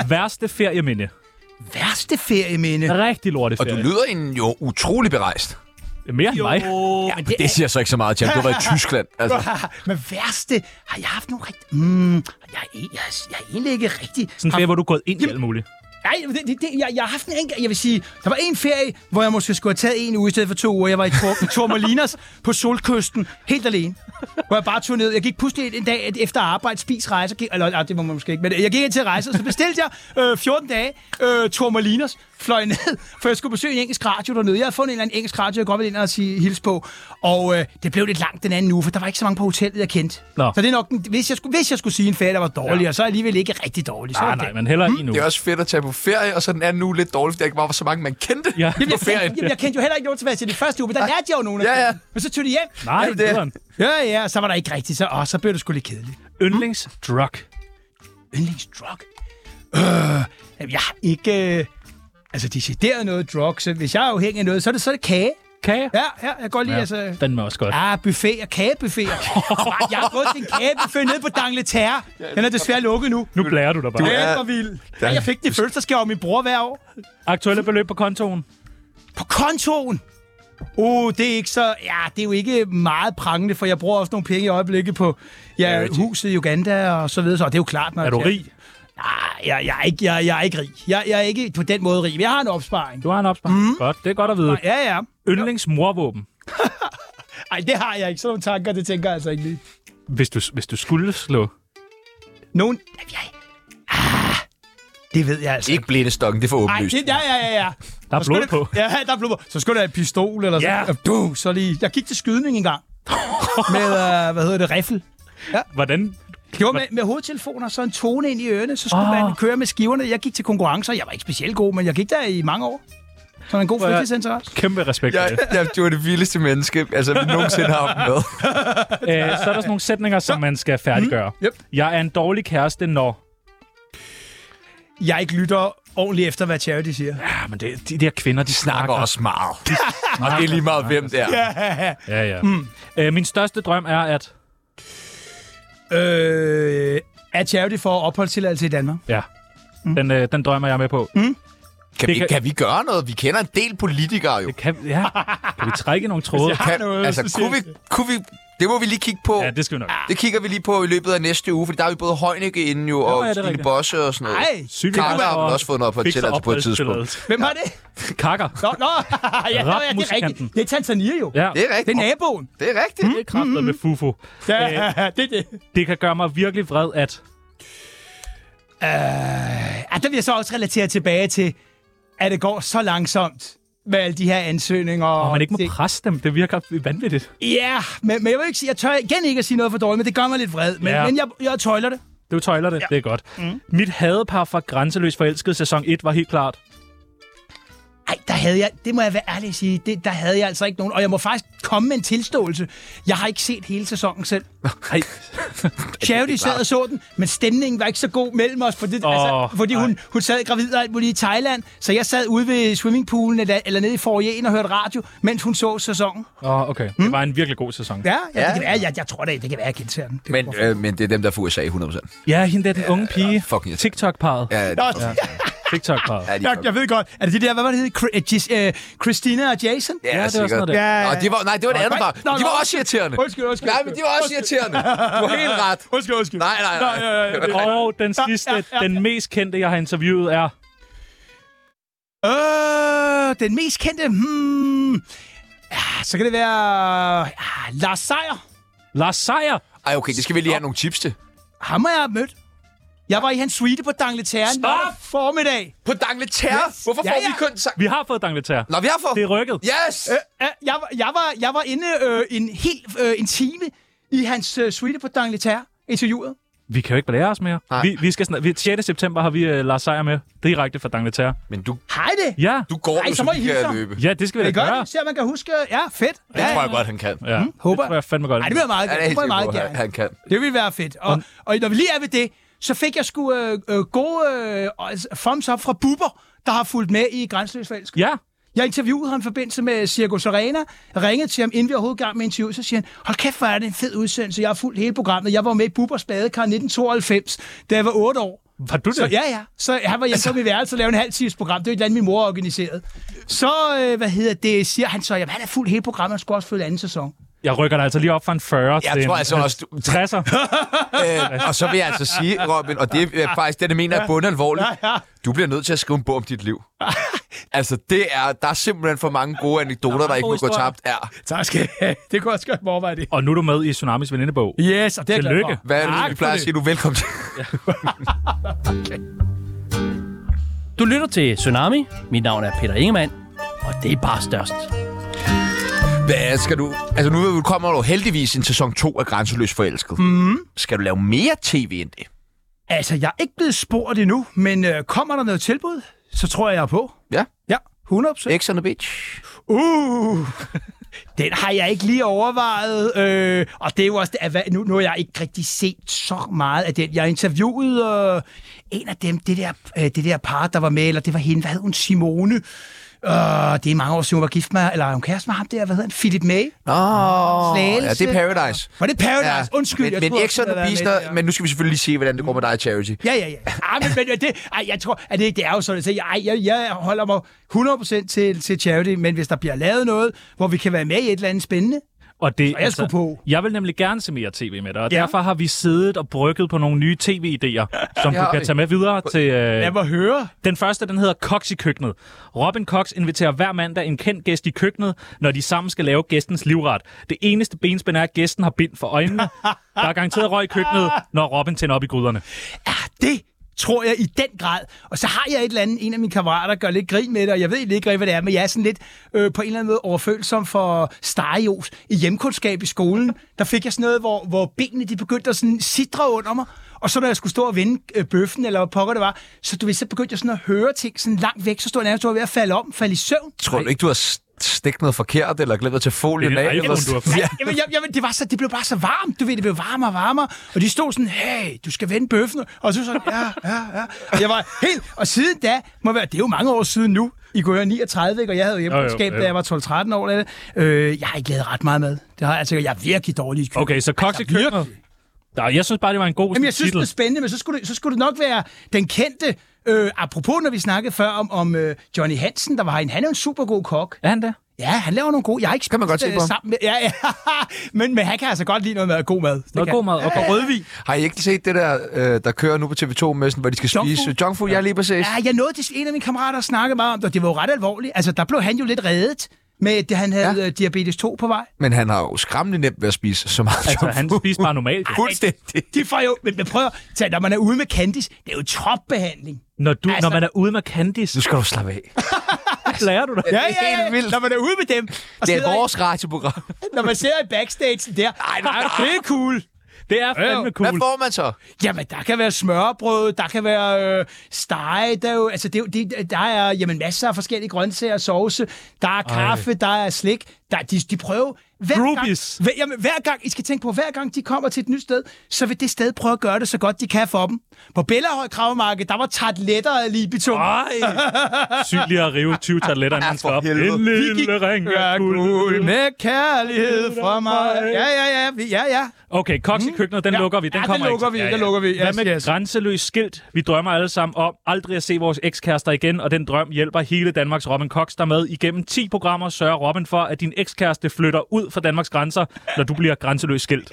[SPEAKER 4] Værste ferieminde.
[SPEAKER 3] Værste ferieminde.
[SPEAKER 4] Rigtig lorte
[SPEAKER 1] Og du
[SPEAKER 4] ferie.
[SPEAKER 1] lyder en jo utrolig berejst.
[SPEAKER 4] Mere end mig.
[SPEAKER 3] Jo, men
[SPEAKER 1] Det siger så ikke så meget, Jan. Du har været i Tyskland. Altså.
[SPEAKER 3] Men værste, har jeg haft nogle rigtig... Mm, jeg, er- jeg, er- jeg er egentlig ikke rigtig...
[SPEAKER 4] Sådan en ferie, hvor du er gået ind i alt muligt.
[SPEAKER 3] Nej, det, det, det, jeg, jeg har haft en enkelt... Jeg vil sige, der var en ferie, hvor jeg måske skulle have taget en uge i stedet for to uger. Jeg var i Tor- Tormolinas på solkysten, helt alene. Hvor jeg bare tog ned. Jeg gik pludselig en- en dag efter arbejde, spis rejse... Gik, eller nej, det må man måske ikke, men jeg gik ind til rejse, og så bestilte jeg øh, 14 dage øh, Tormolinas. Fløj ned, for jeg skulle besøge en engelsk radio dernede. Jeg havde fundet en eller anden engelsk radio, jeg godt ville ind og sige hils på. Og øh, det blev lidt langt den anden uge, for der var ikke så mange på hotellet, jeg kendte.
[SPEAKER 4] Nå.
[SPEAKER 3] Så det er nok, den- hvis jeg skulle, hvis jeg skulle sige en ferie, der var dårlig, ja. og så alligevel ikke rigtig dårlig. Så er
[SPEAKER 4] Nej,
[SPEAKER 3] Hmm, det
[SPEAKER 4] Ah, nej,
[SPEAKER 3] den.
[SPEAKER 4] men heller en nu.
[SPEAKER 1] Det er også fedt at tage på ferie, og så den anden uge lidt dårligt, fordi der ikke var så mange, man kendte
[SPEAKER 4] Ja.
[SPEAKER 1] på
[SPEAKER 3] Jamen, jeg,
[SPEAKER 1] ferien.
[SPEAKER 3] kendte, jamen, jeg kendte jo heller ikke nogen tilbage til det første uge, men der lærte jeg jo nogen at
[SPEAKER 1] Ja,
[SPEAKER 3] kende.
[SPEAKER 1] ja.
[SPEAKER 3] Men så tog de hjem.
[SPEAKER 4] Nej,
[SPEAKER 1] Ja, det er-
[SPEAKER 4] det
[SPEAKER 3] Ja, ja, og så var der ikke rigtigt, så, åh, så blev det sgu lidt kedeligt.
[SPEAKER 4] Yndlingsdrug.
[SPEAKER 3] Yndlingsdrug? Øh, jamen, jeg har ikke... Øh, altså, decideret noget drug, så hvis jeg er afhængig af noget, så er det, så er det kage.
[SPEAKER 4] Kage.
[SPEAKER 3] Ja, ja, jeg kan godt lide, ja. altså...
[SPEAKER 4] Den er også godt.
[SPEAKER 3] Ah, buffet og kagebuffet. jeg har fået en kagebuffet nede på Dangleterre. Den er desværre lukket nu.
[SPEAKER 4] Nu blærer du dig bare.
[SPEAKER 1] er-
[SPEAKER 3] Ja, vild. Ja, jeg fik den i fødselsdagsgave af min bror hver år.
[SPEAKER 4] Aktuelle beløb på kontoen.
[SPEAKER 3] På kontoen! Uh, det er ikke så... Ja, det er jo ikke meget prangende, for jeg bruger også nogle penge i øjeblikket på ja, huset i Uganda og så videre. Så det er jo klart, når
[SPEAKER 4] Er du
[SPEAKER 3] jeg-
[SPEAKER 4] rig?
[SPEAKER 3] Nej, jeg, jeg, er ikke, jeg, jeg er ikke rig. Jeg, jeg er ikke på den måde rig, men jeg har en opsparing.
[SPEAKER 4] Du har en opsparing. Mm. Godt, det er godt at vide.
[SPEAKER 3] Ja, ja.
[SPEAKER 4] Yndlingsmorvåben.
[SPEAKER 3] Ej, det har jeg ikke. Sådan nogle tanker, det tænker jeg altså ikke lige.
[SPEAKER 4] Hvis du, hvis du skulle slå...
[SPEAKER 3] Nogen... Jamen, jeg... Ah, det ved jeg altså
[SPEAKER 1] Ikke blindestokken, det er for
[SPEAKER 3] Ej,
[SPEAKER 1] åbenlyst.
[SPEAKER 3] det, ja, ja, ja, ja.
[SPEAKER 4] Der er
[SPEAKER 3] Så skulle
[SPEAKER 4] blod på.
[SPEAKER 3] det- Ja, der er blod på. Så skulle der en pistol eller
[SPEAKER 4] Ja.
[SPEAKER 3] sådan Du, så lige... Jeg gik til skydning en gang. med, øh, hvad hedder det, riffel.
[SPEAKER 4] Hvordan?
[SPEAKER 3] Det var med, med hovedtelefoner, så en tone ind i ørene, så skulle
[SPEAKER 4] Ah.
[SPEAKER 3] oh. man køre med skiverne. Jeg gik til konkurrencer, jeg var ikke specielt god, men jeg gik der i mange år. Så en god
[SPEAKER 4] Hvor-
[SPEAKER 3] fritidsinteresse.
[SPEAKER 4] Kæmpe respekt for
[SPEAKER 1] Jeg,
[SPEAKER 4] det.
[SPEAKER 1] jeg, du er det vildeste menneske, altså, vi nogensinde har haft med.
[SPEAKER 4] Æ, Øh, så er der sådan nogle sætninger, som man skal færdiggøre.
[SPEAKER 3] Yep.
[SPEAKER 4] Jeg er en dårlig kæreste, når...
[SPEAKER 3] Jeg ikke lytter ordentligt efter, hvad Charity siger.
[SPEAKER 4] Ja, men det, de der kvinder, de
[SPEAKER 1] Snakker også meget. Og det er lige meget, hvem det er.
[SPEAKER 4] Ja, ja. Mm. Æ, min største drøm er, at...
[SPEAKER 3] Øh, at Charity får opholdstilladelse i Danmark.
[SPEAKER 4] Ja, mm. den, øh, den drømmer jeg med på. Mm.
[SPEAKER 1] Kan,
[SPEAKER 4] Det
[SPEAKER 1] vi,
[SPEAKER 4] kan-
[SPEAKER 1] kan vi gøre noget? Vi kender en del politikere jo.
[SPEAKER 4] Kan, ja. kan vi trække nogle tråde?
[SPEAKER 1] Kan,
[SPEAKER 3] noget,
[SPEAKER 1] altså,
[SPEAKER 3] så siger
[SPEAKER 1] kunne vi, kunne vi, det må vi lige kigge på.
[SPEAKER 4] Ja, det skal vi nok.
[SPEAKER 1] Det kigger vi lige på i løbet af næste uge, for der er vi både Heunicke inde jo,
[SPEAKER 4] ja, det er
[SPEAKER 1] og Stine
[SPEAKER 4] rigtigt.
[SPEAKER 1] Bosse og sådan noget.
[SPEAKER 3] Nej,
[SPEAKER 4] Cykel-
[SPEAKER 1] Karla har vel også fået noget på
[SPEAKER 4] Fik så
[SPEAKER 1] tilladelse på et tidspunkt.
[SPEAKER 4] opholdstilladelse.
[SPEAKER 3] hvem har det?
[SPEAKER 4] Kakker.
[SPEAKER 3] Nå, nå. ja, nå, ja, det er
[SPEAKER 4] Rapmusikanten.
[SPEAKER 3] rigtigt. Det er Tanzania jo.
[SPEAKER 4] Ja,
[SPEAKER 1] Det er
[SPEAKER 3] Det
[SPEAKER 1] rigtigt.
[SPEAKER 3] er Hmm? naboen.
[SPEAKER 1] Det er rigtigt.
[SPEAKER 4] det er kraftet med fufo.
[SPEAKER 3] Ja, det er det.
[SPEAKER 4] Det kan gøre mig virkelig vred, at
[SPEAKER 3] Ja, der vil jeg så også relatere tilbage til, at det går så langsomt med alle de her ansøgninger.
[SPEAKER 4] og
[SPEAKER 3] Og
[SPEAKER 4] man ikke må
[SPEAKER 3] det-
[SPEAKER 4] presse dem. Det virker vanvittigt.
[SPEAKER 3] Ja, men, men jeg vil ikke sige, jeg tør igen ikke at sige noget for dårligt, men det gør mig lidt vred. Men,
[SPEAKER 4] Ja.
[SPEAKER 3] ja. men jeg, jeg tøjler det.
[SPEAKER 4] Du tøjler det. Ja. Det er godt. Mm. Mit hadepar fra Grænseløs Forelsket sæson 1 var helt klart.
[SPEAKER 3] Ej, der havde jeg, det må jeg være ærlig at sige, det, der havde jeg altså ikke nogen. Og jeg må faktisk komme med en tilståelse. Jeg har ikke set hele sæsonen selv.
[SPEAKER 4] Ej,
[SPEAKER 3] Charity sad og så den, men stemningen var ikke så god mellem os, fordi, oh, altså,
[SPEAKER 4] Åh,
[SPEAKER 3] fordi hun,
[SPEAKER 4] nej.
[SPEAKER 3] hun sad gravid og alt muligt i Thailand. Så jeg sad ude ved swimmingpoolen eller, eller nede i foyeren og hørte radio, mens hun så sæsonen.
[SPEAKER 4] oh, okay. Mm. Det var en virkelig god sæson.
[SPEAKER 3] Ja, ja,
[SPEAKER 1] Ja.
[SPEAKER 3] det kan være, jeg, jeg tror da, det kan være, jeg genser den. Det
[SPEAKER 1] Men, øh, men det er dem, der er fra USA 100%.
[SPEAKER 4] Ja, hende der, den unge pige.
[SPEAKER 1] fucking irriterende.
[SPEAKER 4] TikTok-paret.
[SPEAKER 1] Ja, det,
[SPEAKER 3] Nå,
[SPEAKER 4] TikTok-paret.
[SPEAKER 1] ja, de er
[SPEAKER 3] Jeg, jeg ved godt. Er det det der, hvad var det hed? Chri- øh, Gis- øh, Christina og Jason?
[SPEAKER 1] Ja,
[SPEAKER 4] var sådan noget
[SPEAKER 1] sikkert.
[SPEAKER 4] der.
[SPEAKER 1] Ja,
[SPEAKER 3] Ja,
[SPEAKER 1] ja.
[SPEAKER 3] ja.
[SPEAKER 1] Og de var, nej, det var et andet
[SPEAKER 3] nej,
[SPEAKER 1] par.
[SPEAKER 3] nej,
[SPEAKER 1] De var
[SPEAKER 3] nej.
[SPEAKER 1] også irriterende.
[SPEAKER 3] Undskyld, undskyld.
[SPEAKER 1] Nej, men de var også irriterende. Du har helt ret.
[SPEAKER 3] Undskyld, undskyld.
[SPEAKER 1] Nej, nej, nej.
[SPEAKER 3] Nå, ja, ja, ja.
[SPEAKER 4] Øh, Og den sidste,
[SPEAKER 3] Ja, ja, ja.
[SPEAKER 4] den mest kendte, jeg har interviewet, er...
[SPEAKER 3] Øh, den mest kendte? Hmm. Ja, så kan det være... Ja, Lars Seier.
[SPEAKER 4] Lars Seier.
[SPEAKER 1] Ej, okay, det skal vi lige have nogle tips til.
[SPEAKER 3] Ham har jeg mødt. Jeg var i hans suite på Dangletæren
[SPEAKER 4] Stop!
[SPEAKER 3] lørdag formiddag.
[SPEAKER 1] På Dangleterre?
[SPEAKER 3] Yes.
[SPEAKER 1] Hvorfor
[SPEAKER 3] Ja,
[SPEAKER 1] får
[SPEAKER 3] ja.
[SPEAKER 1] vi kun sagt...
[SPEAKER 4] Vi har fået Dangletær.
[SPEAKER 1] Nå, vi har fået...
[SPEAKER 4] Det er rykket.
[SPEAKER 1] Yes!
[SPEAKER 3] Ja, Jeg var, jeg var, jeg var inde øh, en hel øh, en time i hans øh, suite på Dangletæren interviewet.
[SPEAKER 4] Vi kan jo ikke belære os mere.
[SPEAKER 1] Nej.
[SPEAKER 4] Vi, vi skal snart, vi, 6. september har vi uh, Lars Seier med. Direkte fra Dangletær.
[SPEAKER 1] Men du,
[SPEAKER 3] Hej det.
[SPEAKER 4] Ja.
[SPEAKER 1] du går
[SPEAKER 3] Ej,
[SPEAKER 1] jo,
[SPEAKER 3] så
[SPEAKER 1] så
[SPEAKER 3] må I
[SPEAKER 1] vi
[SPEAKER 3] hilse
[SPEAKER 1] kan
[SPEAKER 3] ham.
[SPEAKER 1] løbe.
[SPEAKER 4] ja, det skal vi
[SPEAKER 3] Det
[SPEAKER 4] da
[SPEAKER 3] er godt,
[SPEAKER 4] gøre.
[SPEAKER 3] det, så man kan huske. Ja, fedt.
[SPEAKER 1] Det
[SPEAKER 3] Ja,
[SPEAKER 1] tror jeg godt, han kan.
[SPEAKER 4] Ja.
[SPEAKER 3] håber
[SPEAKER 4] Det tror jeg fandme godt.
[SPEAKER 3] Ej, det vil jeg meget
[SPEAKER 1] Ja, det
[SPEAKER 3] gerne.
[SPEAKER 1] er
[SPEAKER 3] Det
[SPEAKER 1] helt
[SPEAKER 3] vil jeg
[SPEAKER 1] sikker på,
[SPEAKER 3] meget
[SPEAKER 1] han-
[SPEAKER 3] gerne.
[SPEAKER 1] han kan.
[SPEAKER 3] Det ville være fedt. Og, og når vi lige er ved det, så fik jeg sgu øh, øh, gode øh, altså, thumbs up fra Bubber, der har fulgt med i Grænseløs Forelsk.
[SPEAKER 4] Ja.
[SPEAKER 3] Jeg interviewede ham i forbindelse med Circus Arena, ringede til ham, inden vi overhovedet gang med interview, så siger han, hold kæft, hvor er det en fed udsendelse, jeg har fulgt hele programmet. Jeg var med i Bubbers badekar 1992, da jeg var 8 år.
[SPEAKER 4] Var du det?
[SPEAKER 3] Så, ja, ja. Så han var hjemme på mit værelse og lavede en halv times program. Det er et eller andet, min mor organiserede. Så, øh, hvad hedder det, siger han så, jamen han er fuldt hele programmet, han skulle også følge anden sæson.
[SPEAKER 4] Jeg rykker dig altså lige op fra en 40 til
[SPEAKER 1] tror
[SPEAKER 4] en
[SPEAKER 1] altså også, du-
[SPEAKER 4] 60'er.
[SPEAKER 1] Øh, og så vil jeg altså sige, Robin, og det er faktisk det, jeg mener er bundalvorligt. Du bliver nødt til at skrive en bog om dit liv. Altså, det er, der er simpelthen for mange gode anekdoter, der ikke må gå
[SPEAKER 4] historier.
[SPEAKER 1] tabt. Ja.
[SPEAKER 3] Tak skal I have. Det kunne også godt overveje det.
[SPEAKER 4] Og nu er du med i Tsunamis venindebog.
[SPEAKER 3] Yes, og det er jeg glad
[SPEAKER 4] Tillykke.
[SPEAKER 3] for.
[SPEAKER 1] Hvad er det,
[SPEAKER 3] Tak
[SPEAKER 1] vi
[SPEAKER 3] for
[SPEAKER 1] plejer at
[SPEAKER 3] det.
[SPEAKER 1] sige? Du er velkommen til.
[SPEAKER 10] Du lytter til Tsunami. Mit navn er Peter Ingemann, og det er bare størst.
[SPEAKER 1] Hvad skal du... Altså, nu kommer du heldigvis en sæson 2 af Grænseløs Forelsket.
[SPEAKER 3] Mhm.
[SPEAKER 1] Mm-hmm. Skal du lave mere tv end det?
[SPEAKER 3] Altså, jeg er ikke blevet spurgt endnu, men øh, kommer der noget tilbud, så tror jeg, jeg er på.
[SPEAKER 1] Ja.
[SPEAKER 3] Ja, 100%.
[SPEAKER 1] X on the beach.
[SPEAKER 3] Uh! Den har jeg ikke lige overvejet, øh, og det er jo også... Det, hvad, nu, nu har jeg ikke rigtig set så meget af den. Jeg interviewede øh, en af dem, det der, øh, det der par, der var med, eller det var hende, hvad hed hun, Simone. Øh, det er mange år siden, hun var gift med, eller er hun kæreste med ham der, hvad hedder han, Philip May?
[SPEAKER 1] Nå, ja, det
[SPEAKER 3] Slagelse.
[SPEAKER 1] er Paradise.
[SPEAKER 3] Var det Paradise? Ja, Undskyld,
[SPEAKER 1] men,
[SPEAKER 3] jeg
[SPEAKER 1] men
[SPEAKER 3] troede,
[SPEAKER 1] X on
[SPEAKER 3] hun havde
[SPEAKER 1] the
[SPEAKER 3] været
[SPEAKER 1] beach,
[SPEAKER 3] med
[SPEAKER 1] der,
[SPEAKER 3] der.
[SPEAKER 1] men nu skal vi selvfølgelig lige se, hvordan det går med dig, Charity.
[SPEAKER 3] Ja, ja, ja. Ej, men, men det, ej, jeg tror, at det, det er jo sådan, så jeg, ej, jeg, jeg holder mig 100% til, til charity, men hvis der bliver lavet noget, hvor vi kan være med i et eller andet spændende,
[SPEAKER 4] Og det, altså,
[SPEAKER 3] Så jeg skulle på.
[SPEAKER 4] jeg vil nemlig gerne se mere tv med dig, og ja.
[SPEAKER 3] Ja.
[SPEAKER 4] derfor har vi siddet og brygget på nogle nye tv-idéer, som du
[SPEAKER 1] har
[SPEAKER 4] kan
[SPEAKER 1] vi.
[SPEAKER 4] tage med videre til... Øh,
[SPEAKER 3] lad mig høre.
[SPEAKER 4] den første, den hedder Cox i køkkenet. Robin Cox inviterer hver mandag en kendt gæst i køkkenet, når de sammen skal lave gæstens livret. Det eneste benspænd er, at gæsten har bind for øjnene. Der er garanteret røg i køkkenet, når Robin tænder op i gryderne.
[SPEAKER 3] Det tror jeg i den grad. Og så har jeg et eller andet, en af mine kammerater gør lidt grin med det, og jeg ved egentlig ikke rigtig, hvad det er, men jeg er sådan lidt øh, på en eller anden måde overfølsom for sterios. I hjemkundskab i skolen, der fik jeg sådan noget, hvor, hvor benene de begyndte at sådan sidre under mig, og så når jeg skulle stå og vende øh, bøffen, eller hvad pokker det var, så, du ved, så begyndte jeg sådan at høre ting sådan langt væk, så stod jeg nærmest jeg var ved at falde om, falde i søvn.
[SPEAKER 1] Tror du ikke, du har s- stækt noget forkert, eller glemt at tage folien
[SPEAKER 4] Det er
[SPEAKER 1] af?
[SPEAKER 4] et
[SPEAKER 1] eller-
[SPEAKER 4] iPhone, du har fået.
[SPEAKER 1] Ja.
[SPEAKER 3] Jamen, jamen, jamen, det, var så, det blev bare så varmt, du ved, det blev varmere og varmere, og de stod sådan, hey, du skal vende bøffen, og så sådan, ja, ja, ja. Og jeg var helt, og siden da, må være, det er jo mange år siden nu, I kunne høre 39, ikke? og jeg havde jo hjemmekunskab,
[SPEAKER 4] jo.
[SPEAKER 3] da jeg var 12-13 år, eller, øh, jeg har ikke lavet ret meget med. Det har jeg, altså, jeg er virkelig dårlig i køkken.
[SPEAKER 4] Okay, så Cox i køkkenet. Nej, jeg synes bare, det var en god
[SPEAKER 3] Altså, Jamen, jeg synes,
[SPEAKER 4] titel.
[SPEAKER 3] det er spændende, men så skulle det, så skulle det nok være den kendte Øh, apropos, når vi snakkede før om, om øh, Johnny Hansen, der var herinde. Han er jo en super god kok.
[SPEAKER 4] Er han det?
[SPEAKER 3] Ja, han laver nogle gode... Jeg har ikke øh,
[SPEAKER 1] Kan man godt se på ham.
[SPEAKER 3] sammen med, Ja, ja. men, men han kan altså godt lide noget mad. God mad. Det
[SPEAKER 4] Noget
[SPEAKER 3] kan
[SPEAKER 4] god mad og god rødvin.
[SPEAKER 1] Har I ikke set det der, øh, der kører nu på TV2 med, sådan, hvor de skal
[SPEAKER 3] Junk
[SPEAKER 1] spise
[SPEAKER 3] food?
[SPEAKER 1] junk food? Ja, lige præcis.
[SPEAKER 3] Ja, jeg nåede det, en af mine kammerater snakkede meget om det, og det var jo ret alvorligt. Altså, der blev han jo lidt reddet med, at han havde ja. diabetes 2 på vej.
[SPEAKER 1] Men han har jo skræmmende nemt ved at spise så meget
[SPEAKER 4] Altså,
[SPEAKER 1] junk
[SPEAKER 4] han
[SPEAKER 1] food.
[SPEAKER 4] spiser bare normalt. jo.
[SPEAKER 1] Fuldstændig.
[SPEAKER 3] De får jo... Men, men prøv at tage, når man er ude med Candice, det er jo topbehandling.
[SPEAKER 4] Når, du,
[SPEAKER 3] Altså-
[SPEAKER 4] når man er ude med Candice,
[SPEAKER 1] Nu skal du slappe af.
[SPEAKER 4] lærer du det.
[SPEAKER 3] Ja, ja,
[SPEAKER 1] er helt vildt.
[SPEAKER 3] Når man er ude med dem, og
[SPEAKER 1] Det
[SPEAKER 3] sidder
[SPEAKER 1] er vores radioprogram.
[SPEAKER 3] i, når man sidder i backstage der. Nej, nej, det er cool.
[SPEAKER 4] Det er fandme
[SPEAKER 1] Hvad
[SPEAKER 4] cool.
[SPEAKER 1] får man så?
[SPEAKER 3] Jamen, der kan være smørbrød, der kan være øh, steg, der er jo, altså, det, er jo- det, der er jamen, masser af forskellige grøntsager og sauce, der er kaffe, der er slik, der, de, de prøver hver
[SPEAKER 4] Groupies.
[SPEAKER 3] gang, hver, jamen, hver gang, I skal tænke på, hver gang de kommer til et nyt sted, så vil det sted prøve at gøre det så godt, de kan for dem. På Bellahøj Kravmarked, der var tartletter af libitum.
[SPEAKER 4] Ej! Sygt lige at rive 20 tabletter, inden man skal op. En lille ring af guld.
[SPEAKER 3] med kærlighed fra mig. Ja, ja, ja, vi- ja, ja.
[SPEAKER 4] Okay, koks i køkkenet, den
[SPEAKER 3] Mm. Ja.
[SPEAKER 4] lukker vi. Den
[SPEAKER 3] Ja, den
[SPEAKER 4] kommer
[SPEAKER 3] lukker
[SPEAKER 4] ikke.
[SPEAKER 3] vi, den lukker vi. Ja,
[SPEAKER 4] Hvad med
[SPEAKER 3] yes.
[SPEAKER 4] grænseløs skilt? Vi drømmer alle sammen om aldrig at se vores ekskærester igen, og den drøm hjælper hele Danmarks Robin Cox der med. Igennem 10 programmer sørger Robin for, at din ekskæreste flytter ud fra Danmarks grænser, når du bliver grænseløs skilt.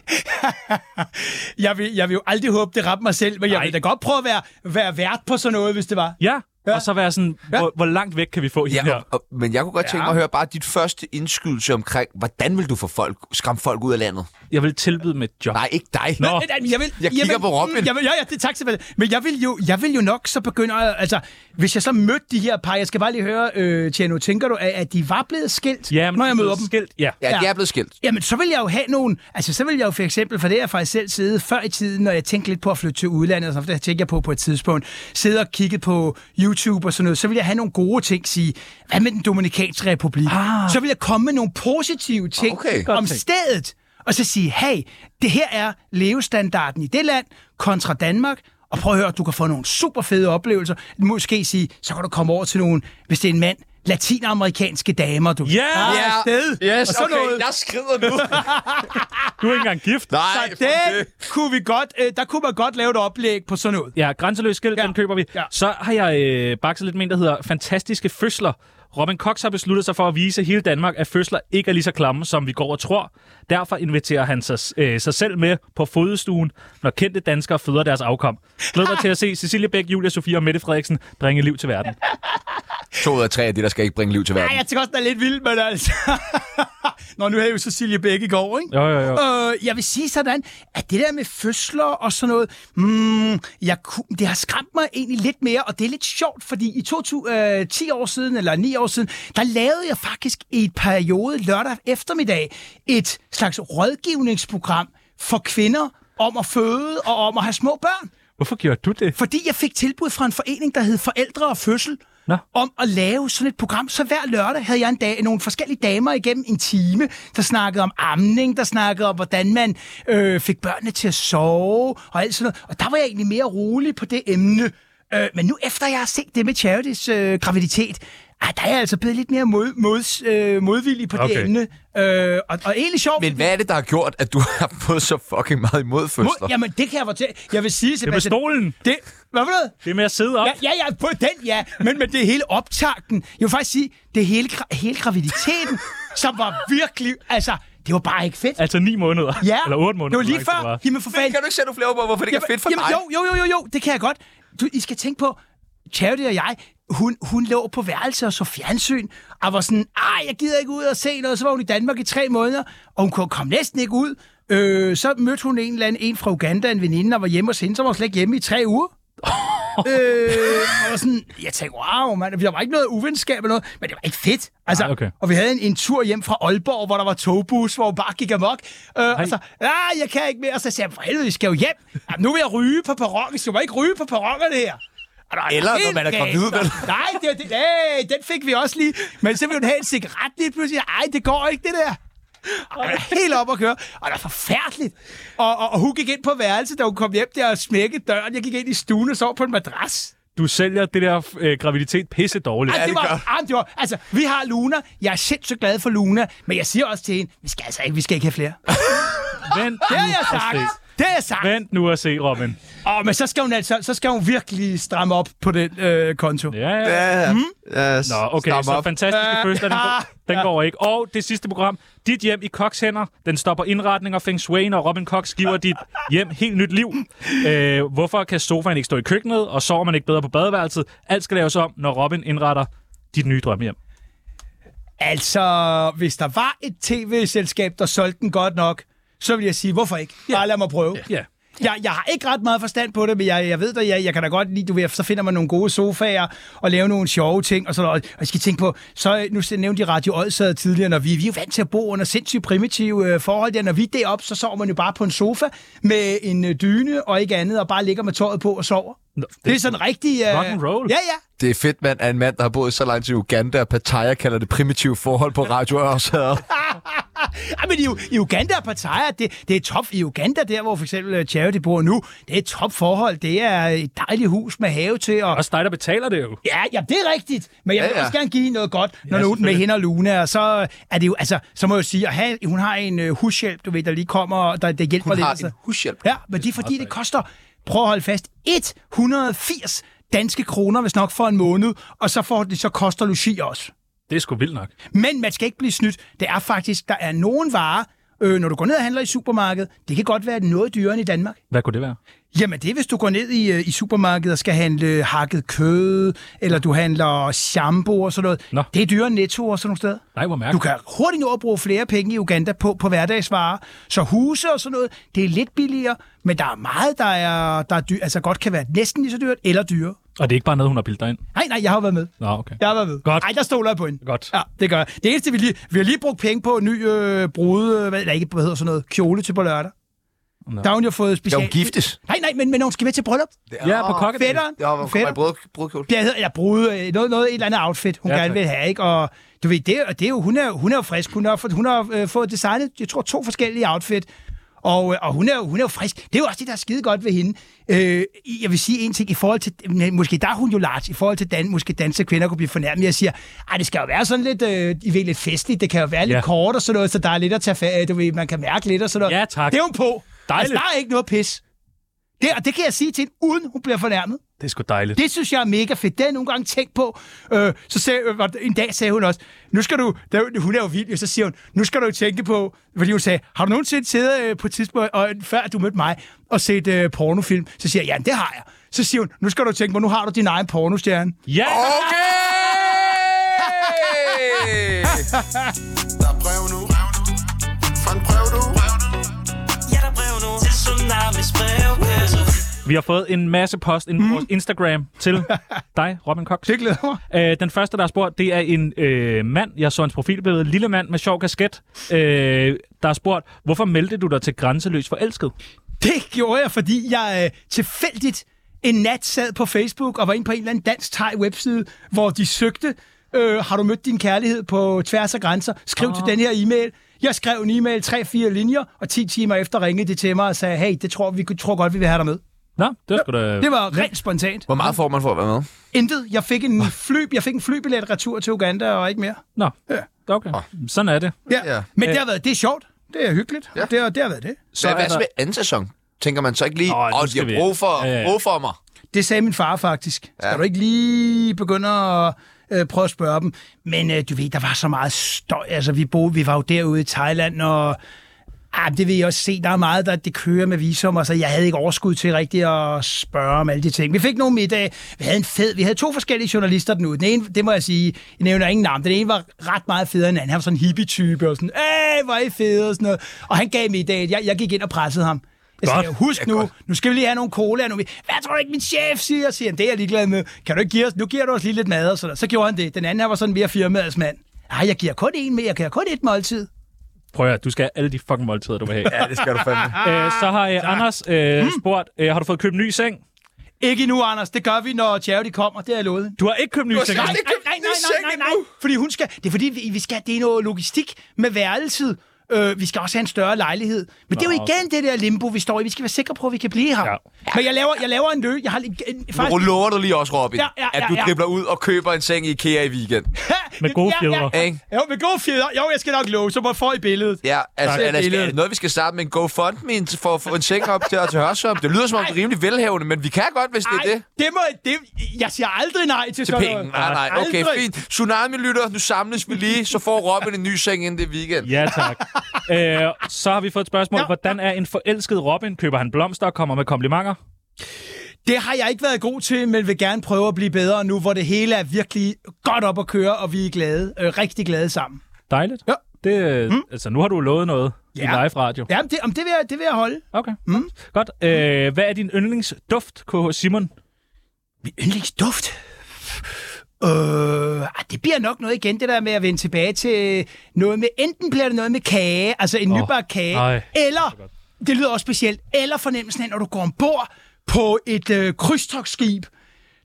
[SPEAKER 3] Jeg vil, jeg vil jo aldrig håbe, det rammer mig selv, men jeg
[SPEAKER 4] Nej.
[SPEAKER 3] vil da godt prøve at være, være vært på sådan noget, hvis det var.
[SPEAKER 4] Ja,
[SPEAKER 3] Ja.
[SPEAKER 4] og så være sådan, hvor, hvor langt væk kan vi få hende
[SPEAKER 1] Ja,
[SPEAKER 4] her?
[SPEAKER 1] og, og, men jeg kunne godt tænke mig at høre bare dit første indskydelse omkring, hvordan vil du få folk, skræmme folk ud af landet?
[SPEAKER 4] Jeg vil tilbyde med et job.
[SPEAKER 1] Nej, ikke dig.
[SPEAKER 4] Nå.
[SPEAKER 3] Men, men, Jeg, vil,
[SPEAKER 1] Jeg kigger
[SPEAKER 3] jeg vil,
[SPEAKER 1] på Robin.
[SPEAKER 3] mm, Jeg vil, ja, ja, det, tak Sebastian. Men jeg vil, jo, jeg vil jo nok så begynde at, altså, hvis jeg så mødte de her par, jeg skal bare lige høre, øh, Tjerno, tænker du, at, at de var blevet skilt,
[SPEAKER 4] Ja, men
[SPEAKER 3] når jeg
[SPEAKER 4] det er
[SPEAKER 3] møder
[SPEAKER 4] blevet
[SPEAKER 3] dem?
[SPEAKER 4] Skilt. Ja.
[SPEAKER 1] Ja, det
[SPEAKER 3] Ja.
[SPEAKER 1] er blevet skilt.
[SPEAKER 3] Jamen, så vil jeg jo have nogen, altså så vil jeg jo for eksempel, for det har jeg faktisk selv siddet før i tiden, når jeg tænkte lidt på at flytte til udlandet, og sådan, for det tænkte jeg på på et tidspunkt, sidde og kigge på YouTube og sådan noget, så vil jeg have nogle gode ting, sige, hvad med den Dominikanske Republik? Ah. Så vil jeg komme med nogle positive ting
[SPEAKER 1] Okay.
[SPEAKER 3] om stedet, og så sige, hey, det her er levestandarden i det land kontra Danmark, og prøv at høre, du kan få nogle super fede oplevelser. Måske sige, så kan du komme over til nogle, hvis det er en mand, latinamerikanske damer, du.
[SPEAKER 4] Ja!
[SPEAKER 3] Der er sted.
[SPEAKER 1] Yes,
[SPEAKER 3] og sådan
[SPEAKER 1] okay,
[SPEAKER 3] noget.
[SPEAKER 1] jeg skrider nu.
[SPEAKER 4] Du er ikke engang gift.
[SPEAKER 1] Nej,
[SPEAKER 3] Så
[SPEAKER 1] fuck
[SPEAKER 3] den
[SPEAKER 1] det.
[SPEAKER 3] kunne vi godt, øh, der kunne man godt lave et oplæg på sådan noget.
[SPEAKER 4] Ja, grænseløs skilt, ja. den køber vi. Ja.
[SPEAKER 3] Ja.
[SPEAKER 4] Så har jeg øh, bakset lidt med en, der hedder Fantastiske Fødsler. Robin Cox har besluttet sig for at vise hele Danmark, at fødsler ikke er lige så klamme, som vi går og tror. Derfor inviterer han sig, øh, sig selv med på fodestuen, når kendte danskere føder deres afkom. Glæder mig til at se Cecilie Bæk, Julia Sofia og Mette Frederiksen bringe liv til verden.
[SPEAKER 1] To ud af tre af det, der skal ikke bringe liv til
[SPEAKER 3] Ej,
[SPEAKER 1] verden.
[SPEAKER 3] jeg tænker også, den er lidt vild, men altså... Nå, nu havde jo Cecilie Bæk i går, ikke?
[SPEAKER 4] Jo, jo, jo.
[SPEAKER 3] Øh, jeg vil sige sådan, at det der med fødsler og sådan noget, mm, jeg, ku- det har skræmt mig egentlig lidt mere, og det er lidt sjovt, fordi i 2000, øh, 10 år siden, eller 9 år siden, der lavede jeg faktisk i et periode lørdag eftermiddag et slags rådgivningsprogram for kvinder om at føde og om at have små børn.
[SPEAKER 4] Hvorfor gjorde du det?
[SPEAKER 3] Fordi jeg fik tilbud fra en forening, der hed Forældre og Fødsel,
[SPEAKER 4] Nå.
[SPEAKER 3] om at lave sådan et program. Så hver lørdag havde jeg en dag, nogle forskellige damer igennem en time, der snakkede om amning, der snakkede om, hvordan man øh, fik børnene til at sove og alt sådan noget. Og der var jeg egentlig mere rolig på det emne. Øh, men nu efter jeg har set det med Charities øh, graviditet, ej, der er jeg altså blevet lidt mere mod, mods, øh, modvillig på okay.
[SPEAKER 4] Okay.
[SPEAKER 3] det emne. Øh, og, og egentlig sjovt...
[SPEAKER 1] Men hvad er det, der har gjort, at du har fået så fucking meget imod fødsler?
[SPEAKER 3] mod, jamen, det kan jeg fortælle. Jeg vil sige,
[SPEAKER 4] Det er med
[SPEAKER 3] Sebastian...
[SPEAKER 4] stolen.
[SPEAKER 3] Det, hvad for noget?
[SPEAKER 4] Det er med at sidde op.
[SPEAKER 3] Ja, ja, ja, på den, ja. Men, men det er hele optakten. Jeg vil faktisk sige, det er hele, gra- hele graviditeten, som var virkelig... Altså, det var bare ikke fedt.
[SPEAKER 4] Altså 9 måneder.
[SPEAKER 3] Ja,
[SPEAKER 4] Eller 8 måneder.
[SPEAKER 3] det var lige
[SPEAKER 4] hvor lang
[SPEAKER 3] før.
[SPEAKER 4] tid det
[SPEAKER 3] Jamen for fanden.
[SPEAKER 1] Kan du ikke sætte nogle flere ord på, hvorfor det ikke er fedt for dig?
[SPEAKER 3] Jo, jo, jo, jo, jo, det kan jeg godt. Du, I skal tænke på, Charity og jeg, hun, hun lå på værelse og så fjernsyn, og var sådan, ej, jeg gider ikke ud og se noget. Så var hun i Danmark i tre måneder, og hun kunne- kom næsten ikke ud. Øh, så mødte hun en eller anden, en fra Uganda, en veninde, og var hjemme hos hende, så var hun slet ikke hjemme i tre uger. øh, og var sådan, jeg tænkte, wow, mand, der var ikke noget uvenskab eller noget, men det var ikke fedt. Altså,
[SPEAKER 4] Nej, okay.
[SPEAKER 3] Og vi havde en, en tur hjem fra Aalborg, hvor der var togbus, hvor hun bare gik amok. Øh, og så, ah, jeg kan ikke mere. Og så sagde jeg, for helvede, I skal jo hjem. Jamen, nu vil jeg ryge på perronen. I skal jo ikke ryge på perronerne her. Og der
[SPEAKER 1] Eller når
[SPEAKER 3] helt
[SPEAKER 1] man er
[SPEAKER 3] galt.
[SPEAKER 1] gravid, vel?
[SPEAKER 3] Nej, det, er det, hey, den fik vi også lige. Men så ville hun have en cigaret lige pludselig. Ej, det går ikke, det der. Og han er helt op at køre, og det er forfærdeligt. Og, og, og hun gik ind på værelset, da hun kom hjem der og smækkede døren. Jeg gik ind i stuen og sov på en madras.
[SPEAKER 4] var. Du sælger det der øh, graviditet pisse dårligt.
[SPEAKER 3] Ej,
[SPEAKER 1] det
[SPEAKER 3] det var, ej, det var, altså, vi har Luna. Jeg er sindssygt glad for Luna. Men jeg siger også til hende, vi skal altså ikke, vi skal ikke have flere.
[SPEAKER 4] Vent
[SPEAKER 3] Det
[SPEAKER 4] nu
[SPEAKER 3] har jeg
[SPEAKER 4] og
[SPEAKER 3] sagt.
[SPEAKER 4] se.
[SPEAKER 3] Det Det er sagt.
[SPEAKER 4] Vent nu at se, Robin.
[SPEAKER 3] Åh, men så skal hun altså, så skal hun virkelig stramme op på den øh, konto.
[SPEAKER 4] Ja, ja. Hmm?
[SPEAKER 1] Ja, mm? yes,
[SPEAKER 4] Nå, okay,
[SPEAKER 1] Stop
[SPEAKER 4] så
[SPEAKER 1] op.
[SPEAKER 4] fantastiske
[SPEAKER 3] Ja.
[SPEAKER 4] fødsler, den, går, den går ikke. Og det sidste program, dit hjem i Koks hænder, den stopper indretning og feng shui, når Robin Cox giver dit hjem helt nyt liv. Øh, hvorfor kan sofaen ikke stå i køkkenet, og sover man ikke bedre på badeværelset? Alt skal laves om, når Robin indretter dit nye drømmehjem.
[SPEAKER 3] Altså, hvis der var et tv-selskab, der solgte den godt nok, så vil jeg sige, hvorfor ikke? Bare lad mig prøve.
[SPEAKER 4] Ja.
[SPEAKER 3] Jeg, jeg har ikke ret meget forstand på det, men jeg, jeg ved det, jeg, jeg kan da godt lide, du ved, så finder man nogle gode sofaer og lave nogle sjove ting. Og, så, og, og jeg skal tænke på, så øh, nu nævnte de Radio Odsad tidligere, når vi, vi er jo vant til at bo under sindssygt primitive øh, forhold. Ja, når vi er deroppe, så sover man jo bare på en sofa med en øh, dyne og ikke andet, og bare ligger med tøjet på og sover. Nå, det, det er sådan rigtig... Øh,
[SPEAKER 4] rock and roll.
[SPEAKER 3] Ja, ja.
[SPEAKER 1] Det er fedt, mand, at en mand, der har boet så langt i Uganda, og Pattaya kalder det primitive forhold på Radio Ørshavet.
[SPEAKER 3] Ej, Ah, men i, U- i Uganda og Pattaya, det, det er top. I Uganda, der hvor for eksempel øh, Charity bor nu, det er top forhold. Det er et dejligt hus med have til. Og,
[SPEAKER 4] Også dig, der betaler det jo.
[SPEAKER 3] ja, ja, det er rigtigt. Men jeg vil
[SPEAKER 1] Ja,
[SPEAKER 3] ja,
[SPEAKER 1] ja.
[SPEAKER 3] også gerne give hende noget godt, når ja, nu er den med hende og Luna. Og så øh, er det jo, altså, så må jeg jo sige, at have, hun har en øh, hushjælp, du ved, der lige kommer, og der, det hjælper
[SPEAKER 1] Hun
[SPEAKER 3] lidt.
[SPEAKER 1] har
[SPEAKER 3] altså.
[SPEAKER 1] en hushjælp.
[SPEAKER 3] Ja, men det er fordi, det koster, prøv at holde fast, 180 danske kroner, hvis nok for en måned, og så, får det, så koster logi også.
[SPEAKER 4] Det er sgu vildt nok.
[SPEAKER 3] Men man skal ikke blive snydt. Det er faktisk, der er nogen varer, øh, når du går ned og handler i supermarkedet, det kan godt være noget dyrere end i Danmark.
[SPEAKER 4] Hvad kunne det være?
[SPEAKER 3] Jamen det er, hvis du går ned i, øh, i supermarkedet og skal handle hakket kød, eller du handler shampoo og sådan noget.
[SPEAKER 4] Nå.
[SPEAKER 3] Det er dyrere end netto og sådan nogle steder.
[SPEAKER 4] Nej, hvor
[SPEAKER 3] Du
[SPEAKER 4] mærkeligt.
[SPEAKER 3] kan hurtigt nå at bruge flere penge i Uganda på, på hverdagsvarer. Så huse og sådan noget, det er lidt billigere, men der er meget, der, er, der er dy- altså godt kan være næsten lige så dyrt eller dyrere.
[SPEAKER 4] Og det er ikke bare noget, hun har bildet dig ind.
[SPEAKER 3] Nej, nej, jeg har jo været med.
[SPEAKER 4] Nå, okay.
[SPEAKER 3] Jeg har været med.
[SPEAKER 4] Godt.
[SPEAKER 3] Ej, der stoler jeg på hende.
[SPEAKER 4] Godt.
[SPEAKER 3] Ja, det gør jeg. Det eneste, vi lige... Vi har lige brugt penge på en ny øh, brude... Øh, hvad, eller ikke, hvad hedder sådan noget? Kjole til på lørdag.
[SPEAKER 4] Nå.
[SPEAKER 3] Der har hun jo fået special...
[SPEAKER 1] Skal hun giftes?
[SPEAKER 3] Nej, nej, men, men hun skal med til bryllup.
[SPEAKER 4] Ja, på kokken.
[SPEAKER 3] Fætteren.
[SPEAKER 1] Det var
[SPEAKER 3] Fætter.
[SPEAKER 1] fætter. Brød, brødkjole.
[SPEAKER 3] Det hedder, eller brude, øh, noget, noget, et eller andet outfit, hun
[SPEAKER 4] Ja,
[SPEAKER 3] ja, gerne
[SPEAKER 4] tak.
[SPEAKER 3] vil have, ikke? Og du ved, det, er- og det er jo, hun er, hun er jo frisk. Hun har, fået- hun har øh, fået designet, jeg tror, to forskellige outfit. Og, øh, og hun, er, jo- hun er jo frisk. Det er jo også det, der er skide godt ved hende. Øh, i- jeg vil sige en ting i forhold til... men Måske der er hun jo large. I forhold til dan, måske danske kvinder kunne blive fornærmet. Jeg siger, at det skal jo være sådan lidt... Øh, I ved, lidt festligt. Det kan jo være lidt
[SPEAKER 4] Ja.
[SPEAKER 3] kort og sådan noget, så der er lidt at tage fag. Du ved, man kan mærke lidt og sådan noget.
[SPEAKER 4] Ja, tak.
[SPEAKER 3] Det er hun på.
[SPEAKER 4] Dejligt.
[SPEAKER 3] Altså, der er ikke noget pis. Det, og det kan jeg sige til hende, uden hun bliver fornærmet.
[SPEAKER 4] Det er sgu dejligt.
[SPEAKER 3] Det synes jeg er mega fedt. Det har jeg nogle gange tænkt på. Øh, så sagde, øh, var- en dag sagde hun også, nu skal du, der, hun er jo vild, jo, så siger hun, nu skal du jo tænke på, fordi hun sagde, har du nogensinde siddet øh, på et tidspunkt, og, før du mødte mig, og set øh, pornofilm? Så siger jeg, ja, det har jeg. Så siger hun, nu skal du tænke på, nu har du din egen pornostjerne.
[SPEAKER 4] Ja!
[SPEAKER 1] Okay!
[SPEAKER 7] Der er brev nu Fra en brev du
[SPEAKER 6] Ja, der er brev nu til Tsunamis brevkasse.
[SPEAKER 4] Vi har fået en masse post ind på vores Instagram til dig, Robin Cox.
[SPEAKER 3] Mm. Det glæder mig.
[SPEAKER 4] Øh, den første, der har spurgt, det er en øh, mand. Jeg så hans profilbillede. Lille mand med sjov kasket. Øh, der har spurgt, hvorfor meldte du dig til grænseløs forelsket?
[SPEAKER 3] Det gjorde jeg, fordi jeg øh, tilfældigt en nat sad på Facebook og var inde på en eller anden dansk thai webside, hvor de søgte, øh, har du mødt din kærlighed på tværs af grænser? Skriv
[SPEAKER 1] Ah.
[SPEAKER 3] oh. til den her e-mail. Jeg skrev en e-mail, 3-4 linjer, og 10 timer efter ringede de til mig og sagde, hey, det tror vi kunne- tror godt, vi vil have dig med.
[SPEAKER 4] Nå, det var sgu da...
[SPEAKER 3] Det var rent spontant.
[SPEAKER 1] Hvor meget får man for at være med?
[SPEAKER 3] Intet. Jeg fik en, fly, jeg fik en flybillet retur til Uganda og ikke mere.
[SPEAKER 4] Nå, okay.
[SPEAKER 3] Ah.
[SPEAKER 4] Sådan er det.
[SPEAKER 3] Ja.
[SPEAKER 1] Ja.
[SPEAKER 3] Men det har været, det er sjovt. Det er hyggeligt. Ja. Det, har, det har været det.
[SPEAKER 1] Så hvad,
[SPEAKER 4] er
[SPEAKER 1] hvad
[SPEAKER 4] der-
[SPEAKER 1] så med anden sæson? Tænker man så ikke lige,
[SPEAKER 4] Nå,
[SPEAKER 1] åh,
[SPEAKER 4] nu
[SPEAKER 1] oh, de
[SPEAKER 4] skal vi-
[SPEAKER 1] har brug for,
[SPEAKER 4] Ja, ja.
[SPEAKER 1] brug for mig?
[SPEAKER 3] Det sagde min far faktisk. Skal du ikke lige begynde at øh, prøve at spørge dem? Men øh, du ved, der var så meget støj. Altså, vi, boede, vi var jo derude i Thailand, og ah, det vil jeg også se. Der er meget, der det kører med visum, og så jeg havde ikke overskud til rigtigt at spørge om alle de ting. Vi fik nogle middag. Vi havde en fed... Vi havde to forskellige journalister derude. Den ene, det må jeg sige, jeg nævner ingen navn. Den ene var ret meget federe end den anden. Han var sådan en hippie-type, og sådan, æh, hvor er I fede, og sådan noget. Og han gav middag. Jeg, jeg gik ind og pressede ham. Jeg
[SPEAKER 4] Godt.
[SPEAKER 3] sagde, husk nu, nu skal vi lige have nogle cola. Nu. Hvad tror du ikke, min chef siger? Siger han, det er jeg ligeglad med. Kan du ikke give os, nu giver du os lige lidt mad og sådan noget. Så gjorde han det. Den anden her var sådan mere firmaersmand. Nej, jeg giver kun én mere. Jeg giver kun et måltid.
[SPEAKER 4] Prøv at høre, du skal have alle de fucking måltider, du vil have.
[SPEAKER 1] Ja, det skal du fandme.
[SPEAKER 4] Æ, så har øh, Anders
[SPEAKER 3] Mm.
[SPEAKER 4] øh, spurgt, øh, har du fået købt en ny seng?
[SPEAKER 3] Ikke endnu, Anders. Det gør vi, når Charity kommer. Det har jeg lovet.
[SPEAKER 4] Du har ikke købt en ny seng.
[SPEAKER 3] Nej, nej, nej, nej, nej, nej, nej, Fordi hun skal, det er fordi, vi, vi skal, det er noget logistik med værelset. Øh, vi skal også have en større lejlighed. Men det er jo
[SPEAKER 4] Nå.
[SPEAKER 3] igen det der limbo, vi står i. Vi skal være sikre på, at vi kan blive her.
[SPEAKER 4] Ja.
[SPEAKER 3] Ja. Men jeg laver, jeg laver en lø. Jeg har lige- en,
[SPEAKER 1] Nu lover du lige også, Robin,
[SPEAKER 3] Ja, ja,
[SPEAKER 1] at
[SPEAKER 3] ja,
[SPEAKER 1] du
[SPEAKER 3] ja.
[SPEAKER 1] dribler ud og køber en seng i IKEA i weekend.
[SPEAKER 4] Med gode fjedre.
[SPEAKER 3] Ja,
[SPEAKER 1] Ikke?
[SPEAKER 3] ja. Jo, med gode fjeder. Jo, jeg skal nok love, så må få i billedet.
[SPEAKER 1] Ja, altså,
[SPEAKER 3] Tak.
[SPEAKER 1] Anna, skal-
[SPEAKER 3] Billede.
[SPEAKER 1] er det noget, vi skal starte med en GoFundMe ind- for at få en check op til, til Hørsholm? Det lyder som om, det er rimelig velhævende, men vi kan godt, hvis det er det.
[SPEAKER 3] det må, det, jeg siger aldrig nej til,
[SPEAKER 1] Til
[SPEAKER 3] sådan
[SPEAKER 1] penge.
[SPEAKER 3] noget.
[SPEAKER 1] Nej, nej, okay,
[SPEAKER 3] Aldrig.
[SPEAKER 1] fint. Tsunami-lytter, nu samles vi lige, så får Robin en ny seng inden det weekend.
[SPEAKER 4] Ja, tak. Æ, så har vi fået et spørgsmål.
[SPEAKER 3] Ja.
[SPEAKER 4] Hvordan er en forelsket Robin? Køber han blomster og kommer med komplimenter?
[SPEAKER 3] Det har jeg ikke været god til, men vil gerne prøve at blive bedre nu, hvor det hele er virkelig godt op at køre, og vi er glade, øh, rigtig glade sammen.
[SPEAKER 4] Dejligt.
[SPEAKER 3] Ja.
[SPEAKER 4] Det, mm. Altså, nu har du lovet noget i
[SPEAKER 3] Ja.
[SPEAKER 4] live radio.
[SPEAKER 3] Jamen, det, om det, vil jeg, det vil jeg holde.
[SPEAKER 4] Okay, mm. godt. Æ, hvad er din yndlingsduft, KH Simon?
[SPEAKER 3] Min yndlingsduft? Øh, ah, det bliver nok noget igen, det der med at vende tilbage til noget med, enten bliver det noget med kage, altså en oh,
[SPEAKER 4] Åh,
[SPEAKER 3] nybagt kage,
[SPEAKER 4] nej.
[SPEAKER 3] eller, det lyder også specielt, eller fornemmelsen af, når du går ombord på et øh, krydstogsskib.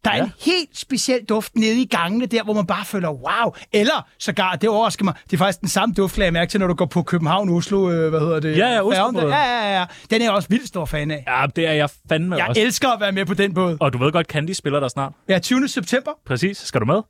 [SPEAKER 3] Der er ja. en helt speciel duft nede i gangene der, hvor man bare føler, wow. Eller sågar, det overrasker mig, det er faktisk den samme duft, lagde jeg mærke til, når du går på København-Oslo, øh, hvad hedder det?
[SPEAKER 4] Ja, ja,
[SPEAKER 3] færgen der.
[SPEAKER 4] Oslobåden.
[SPEAKER 3] Ja, ja, ja. Den er jeg også vildt stor fan af.
[SPEAKER 4] Ja, det er jeg fandme
[SPEAKER 3] Jeg
[SPEAKER 4] også.
[SPEAKER 3] elsker at være med på den båd.
[SPEAKER 4] Og du ved godt, Candy spiller der snart.
[SPEAKER 3] Ja, 20. september.
[SPEAKER 4] Præcis. Skal du med?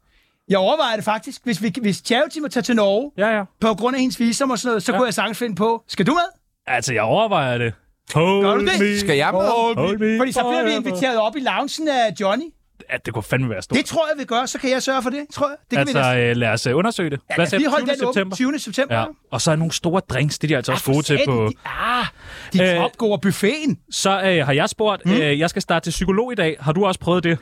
[SPEAKER 3] Jeg overvejer det faktisk. Hvis, vi, hvis Charity må tage til Norge, ja.
[SPEAKER 4] Ja, ja.
[SPEAKER 3] på grund af hendes visum og sådan noget, så ja. kunne jeg sagtens finde på, skal du med?
[SPEAKER 4] Altså, jeg overvejer det. Hold
[SPEAKER 3] Gør du det?
[SPEAKER 4] Me.
[SPEAKER 1] Skal jeg med?
[SPEAKER 4] Hold me
[SPEAKER 3] Fordi så bliver vi
[SPEAKER 4] forever.
[SPEAKER 3] inviteret op i loungen af Johnny.
[SPEAKER 4] Ja, det kunne fandme være stort.
[SPEAKER 3] Det tror jeg, vi gør. Så kan jeg sørge for det, tror jeg. Det kan
[SPEAKER 4] altså,
[SPEAKER 3] vi næsten. altså,
[SPEAKER 4] øh, lad os øh, undersøge det. Hvad
[SPEAKER 3] Vi holder den åben
[SPEAKER 4] september?
[SPEAKER 3] 20. september.
[SPEAKER 4] Ja. Og så er nogle store drinks, det er de altså også gode til
[SPEAKER 3] Satan,
[SPEAKER 4] på...
[SPEAKER 3] De, ah, de
[SPEAKER 4] Øh,
[SPEAKER 3] øh, topgode buffeten.
[SPEAKER 4] Så øh, har jeg spurgt, mm. øh, jeg skal starte til psykolog i dag. Har du også prøvet det?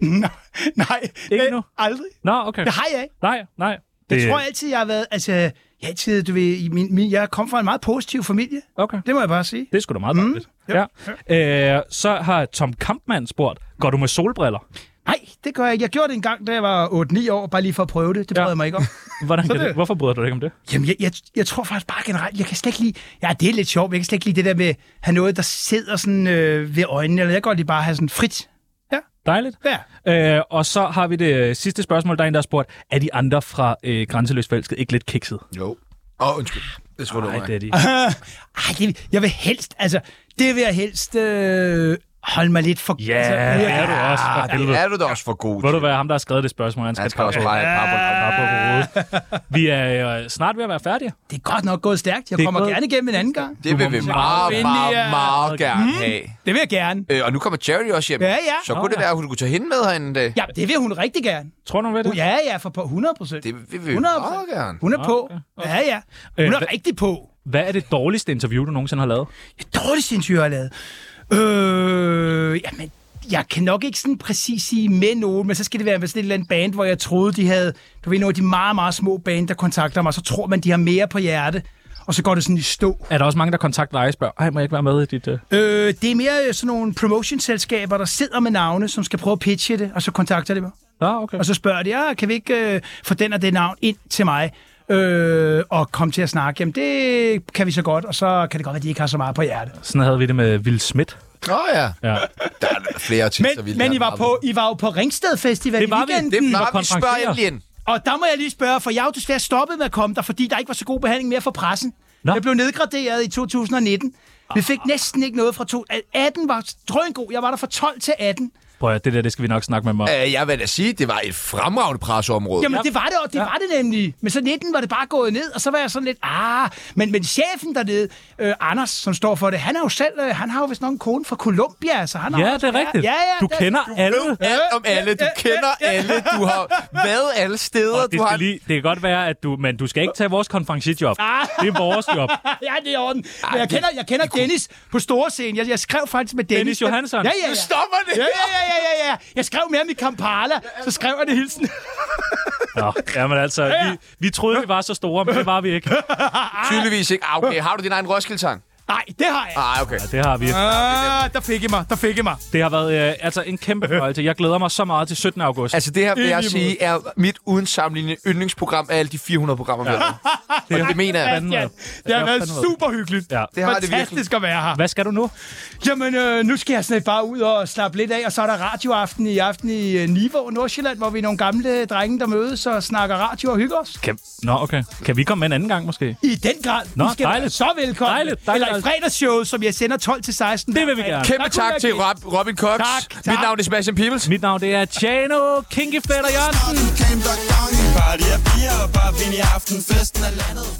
[SPEAKER 3] Nej, nej.
[SPEAKER 4] Ikke
[SPEAKER 3] øh,
[SPEAKER 4] nu?
[SPEAKER 3] Aldrig.
[SPEAKER 4] Nå, okay.
[SPEAKER 3] Det har jeg ikke.
[SPEAKER 4] Nej, nej. Det,
[SPEAKER 3] Jeg tror altid, jeg har været... Altså, jeg, har altid, du ved, i min, min, jeg kom fra en meget positiv familie.
[SPEAKER 4] Okay.
[SPEAKER 3] Det må jeg bare sige.
[SPEAKER 4] Det er sgu da meget dejligt. Mm. Ja. Øh, så har Tom Kampmann spurgt, går du med solbriller?
[SPEAKER 3] Nej, det gør jeg ikke. Jeg gjorde det en gang, da jeg var 8-9 år, bare lige for at prøve det. Det
[SPEAKER 4] Ja.
[SPEAKER 3] prøvede jeg mig ikke om.
[SPEAKER 4] Hvordan kan
[SPEAKER 3] det-
[SPEAKER 4] det? Hvorfor bryder du dig ikke om det?
[SPEAKER 3] Jamen, jeg, jeg, jeg tror faktisk bare generelt, jeg kan slet ikke lide... Ja, det er lidt sjovt, men jeg kan slet ikke lide det der med at have noget, der sidder sådan øh, ved øjnene. Eller jeg kan godt lide bare at have sådan frit.
[SPEAKER 4] Dejligt.
[SPEAKER 3] Ja.
[SPEAKER 4] Øh, og så har vi det øh, sidste spørgsmål, der er en, der har spurgt, er de andre fra øh, Grænseløst Forelsket ikke lidt kikset?
[SPEAKER 1] Jo. Åh, oh, undskyld. Det tror du
[SPEAKER 4] Nej, det er de.
[SPEAKER 3] Altså, Ej, det, jeg vil helst... Altså, det vil jeg helst øh, holde mig lidt for... altså,
[SPEAKER 4] Ja, yeah, det er du også. For helvede.
[SPEAKER 1] Er du da også for god
[SPEAKER 4] Ved du
[SPEAKER 1] til?
[SPEAKER 4] hvad, ham der har skrevet det spørgsmål, han skal,
[SPEAKER 1] Han skal også
[SPEAKER 4] pakke-
[SPEAKER 1] bare have et par på
[SPEAKER 4] Bare på hovedet. Vi er øh, snart ved at være færdige.
[SPEAKER 3] Det er godt nok gået stærkt. Jeg
[SPEAKER 4] Det er
[SPEAKER 3] kommer
[SPEAKER 4] gået-
[SPEAKER 3] gerne igennem en anden gang.
[SPEAKER 1] Det vil vi meget, meget, meget gerne have.
[SPEAKER 3] Det vil jeg gerne.
[SPEAKER 1] Øh, og nu kommer Charity også hjem.
[SPEAKER 3] Ja, ja.
[SPEAKER 1] Så kunne det være, at hun kunne tage hende med herinde en dag.
[SPEAKER 3] Ja, det vil hun rigtig gerne.
[SPEAKER 4] Tror du ved det?
[SPEAKER 3] Uh, Ja, ja, for på 100 procent.
[SPEAKER 1] Det vil vi
[SPEAKER 3] 100
[SPEAKER 1] meget gerne.
[SPEAKER 3] Hun er på.
[SPEAKER 4] Ah,
[SPEAKER 3] Ja, ja. Hun
[SPEAKER 4] hvad-
[SPEAKER 3] er rigtig på.
[SPEAKER 4] Hvad er det dårligste interview, du nogensinde har lavet?
[SPEAKER 3] Det dårligste interview, jeg har lavet. Øh, jamen, jeg kan nok ikke sådan præcis sige med nogen, men så skal det være med sådan et eller andet band, hvor jeg troede, de havde... Du ved, nogle af de meget, meget små band, der kontakter mig, så tror man, de har mere på hjerte, og så går det sådan i stå.
[SPEAKER 4] Er der også mange, der kontakter dig og spørger, Ej, må jeg ikke være med i dit... Uh...
[SPEAKER 3] Øh, det er mere øh, sådan nogle promotionselskaber, der sidder med navne, som skal prøve at pitche det, og så kontakter de mig.
[SPEAKER 4] Nå, okay.
[SPEAKER 3] Og så spørger de, "Ah, kan vi ikke øh, få den og det navn ind til mig? Øh, og komme til at snakke. Jamen, det kan vi så godt, og så kan det godt være, at de ikke har så meget på hjerte.
[SPEAKER 4] Sådan havde vi det med Will Smith.
[SPEAKER 1] Nå ja.
[SPEAKER 4] Ja.
[SPEAKER 1] Der er flere artister, vi
[SPEAKER 3] Men, men I, var på, I var jo på Ringsted Festival
[SPEAKER 4] Det var
[SPEAKER 3] i
[SPEAKER 4] vi.
[SPEAKER 3] weekenden,
[SPEAKER 1] Det
[SPEAKER 4] var
[SPEAKER 1] plejer vi. Spørg
[SPEAKER 4] konferencerer.
[SPEAKER 1] endelig ind.
[SPEAKER 3] og der må jeg lige spørge, for jeg er jo desværre stoppet med at komme der, fordi der ikke var så god behandling mere for pressen.
[SPEAKER 4] Nå. Ah.
[SPEAKER 3] Nå. Jeg blev nedgraderet i 2019. Vi fik næsten ikke noget fra to. 18 var drøngod. Jeg var der fra 12 til 18.
[SPEAKER 4] Prøv at, det der, det skal vi nok snakke med mig om.
[SPEAKER 1] Øh, jeg vil da sige, det var et fremragende presseområde.
[SPEAKER 3] Jamen, det var det, og det ja. var det nemlig. Men så 19 var det bare gået ned, og så var jeg sådan lidt, ah, men, men chefen dernede, øh, Anders, som står for det, han er jo selv, øh, han har jo vist nok en kone fra Colombia, så han har
[SPEAKER 4] Ja,
[SPEAKER 3] også-
[SPEAKER 4] det er rigtigt.
[SPEAKER 3] Ja, ja,
[SPEAKER 4] du
[SPEAKER 3] det-
[SPEAKER 4] kender alle.
[SPEAKER 1] Alt om alle. Du kender alle. Du har været alle steder.
[SPEAKER 4] Og det,
[SPEAKER 1] Du har
[SPEAKER 4] skal lige, det kan godt være, at du... Men du skal ikke tage vores konferenciejob.
[SPEAKER 3] Ah.
[SPEAKER 4] Det er vores job.
[SPEAKER 3] ja, det er i orden. Men jeg kender, jeg kender Dennis på store scene. Jeg, jeg skrev faktisk med Dennis.
[SPEAKER 4] Dennis Johansson.
[SPEAKER 3] Ja, ja, ja.
[SPEAKER 1] Du stopper det.
[SPEAKER 3] Ja, ja, ja, ja, ja, ja. Jeg skrev med ham i Kampala, så skrev jeg det hilsen.
[SPEAKER 4] Nå, jamen altså,
[SPEAKER 3] ja.
[SPEAKER 4] vi, vi troede, vi var så store, men det var vi ikke.
[SPEAKER 1] Tydeligvis ikke. Ah, okay, har du din egen Roskilde-sang?
[SPEAKER 3] Nej, det har jeg.
[SPEAKER 1] Ah, okay.
[SPEAKER 4] Det har vi.
[SPEAKER 3] Ah, der fik I mig, der fik I mig.
[SPEAKER 4] Det har været øh, altså en kæmpe fornøjelse. Jeg glæder mig så meget til 17. august.
[SPEAKER 1] Altså, det her vil jeg
[SPEAKER 3] lige
[SPEAKER 1] sige er mit uden sammenligning yndlingsprogram af alle de 400 programmer, vi har.
[SPEAKER 4] det,
[SPEAKER 1] Det mener jeg.
[SPEAKER 4] fandme-
[SPEAKER 3] Christian, det har
[SPEAKER 4] har
[SPEAKER 3] været
[SPEAKER 4] fandme-
[SPEAKER 3] super hyggeligt.
[SPEAKER 4] Ja.
[SPEAKER 1] Det har det
[SPEAKER 3] Fantastisk at være her.
[SPEAKER 4] Hvad skal du nu?
[SPEAKER 3] Jamen, øh, nu skal jeg snart bare ud og slappe lidt af, og så er der radioaften i aften i øh, Nivå, Nordsjælland, hvor vi er nogle gamle drenge, der mødes og snakker radio og hygger os.
[SPEAKER 4] Kan... Nå, okay. Kan vi komme med en anden gang, måske?
[SPEAKER 3] I den grad.
[SPEAKER 4] Nå,
[SPEAKER 3] I skal være
[SPEAKER 4] dejligt.
[SPEAKER 3] Så velkommen.
[SPEAKER 4] Dejligt, dejligt. altså.
[SPEAKER 3] Eller i fredagsshowet, som jeg sender 12 til 16.
[SPEAKER 4] Det vil vi gerne.
[SPEAKER 1] Kæmpe
[SPEAKER 3] Der kunne
[SPEAKER 1] tak
[SPEAKER 3] være
[SPEAKER 1] til
[SPEAKER 3] gæst.
[SPEAKER 1] Rob, Robin Cox.
[SPEAKER 3] Tak, tak.
[SPEAKER 1] Mit navn er Sebastian Peebles.
[SPEAKER 4] Mit navn det er Tjano Kinky Fætter Jørgensen.
[SPEAKER 7] Came back down,
[SPEAKER 6] Party er bier og bare vin i aften Festen er landet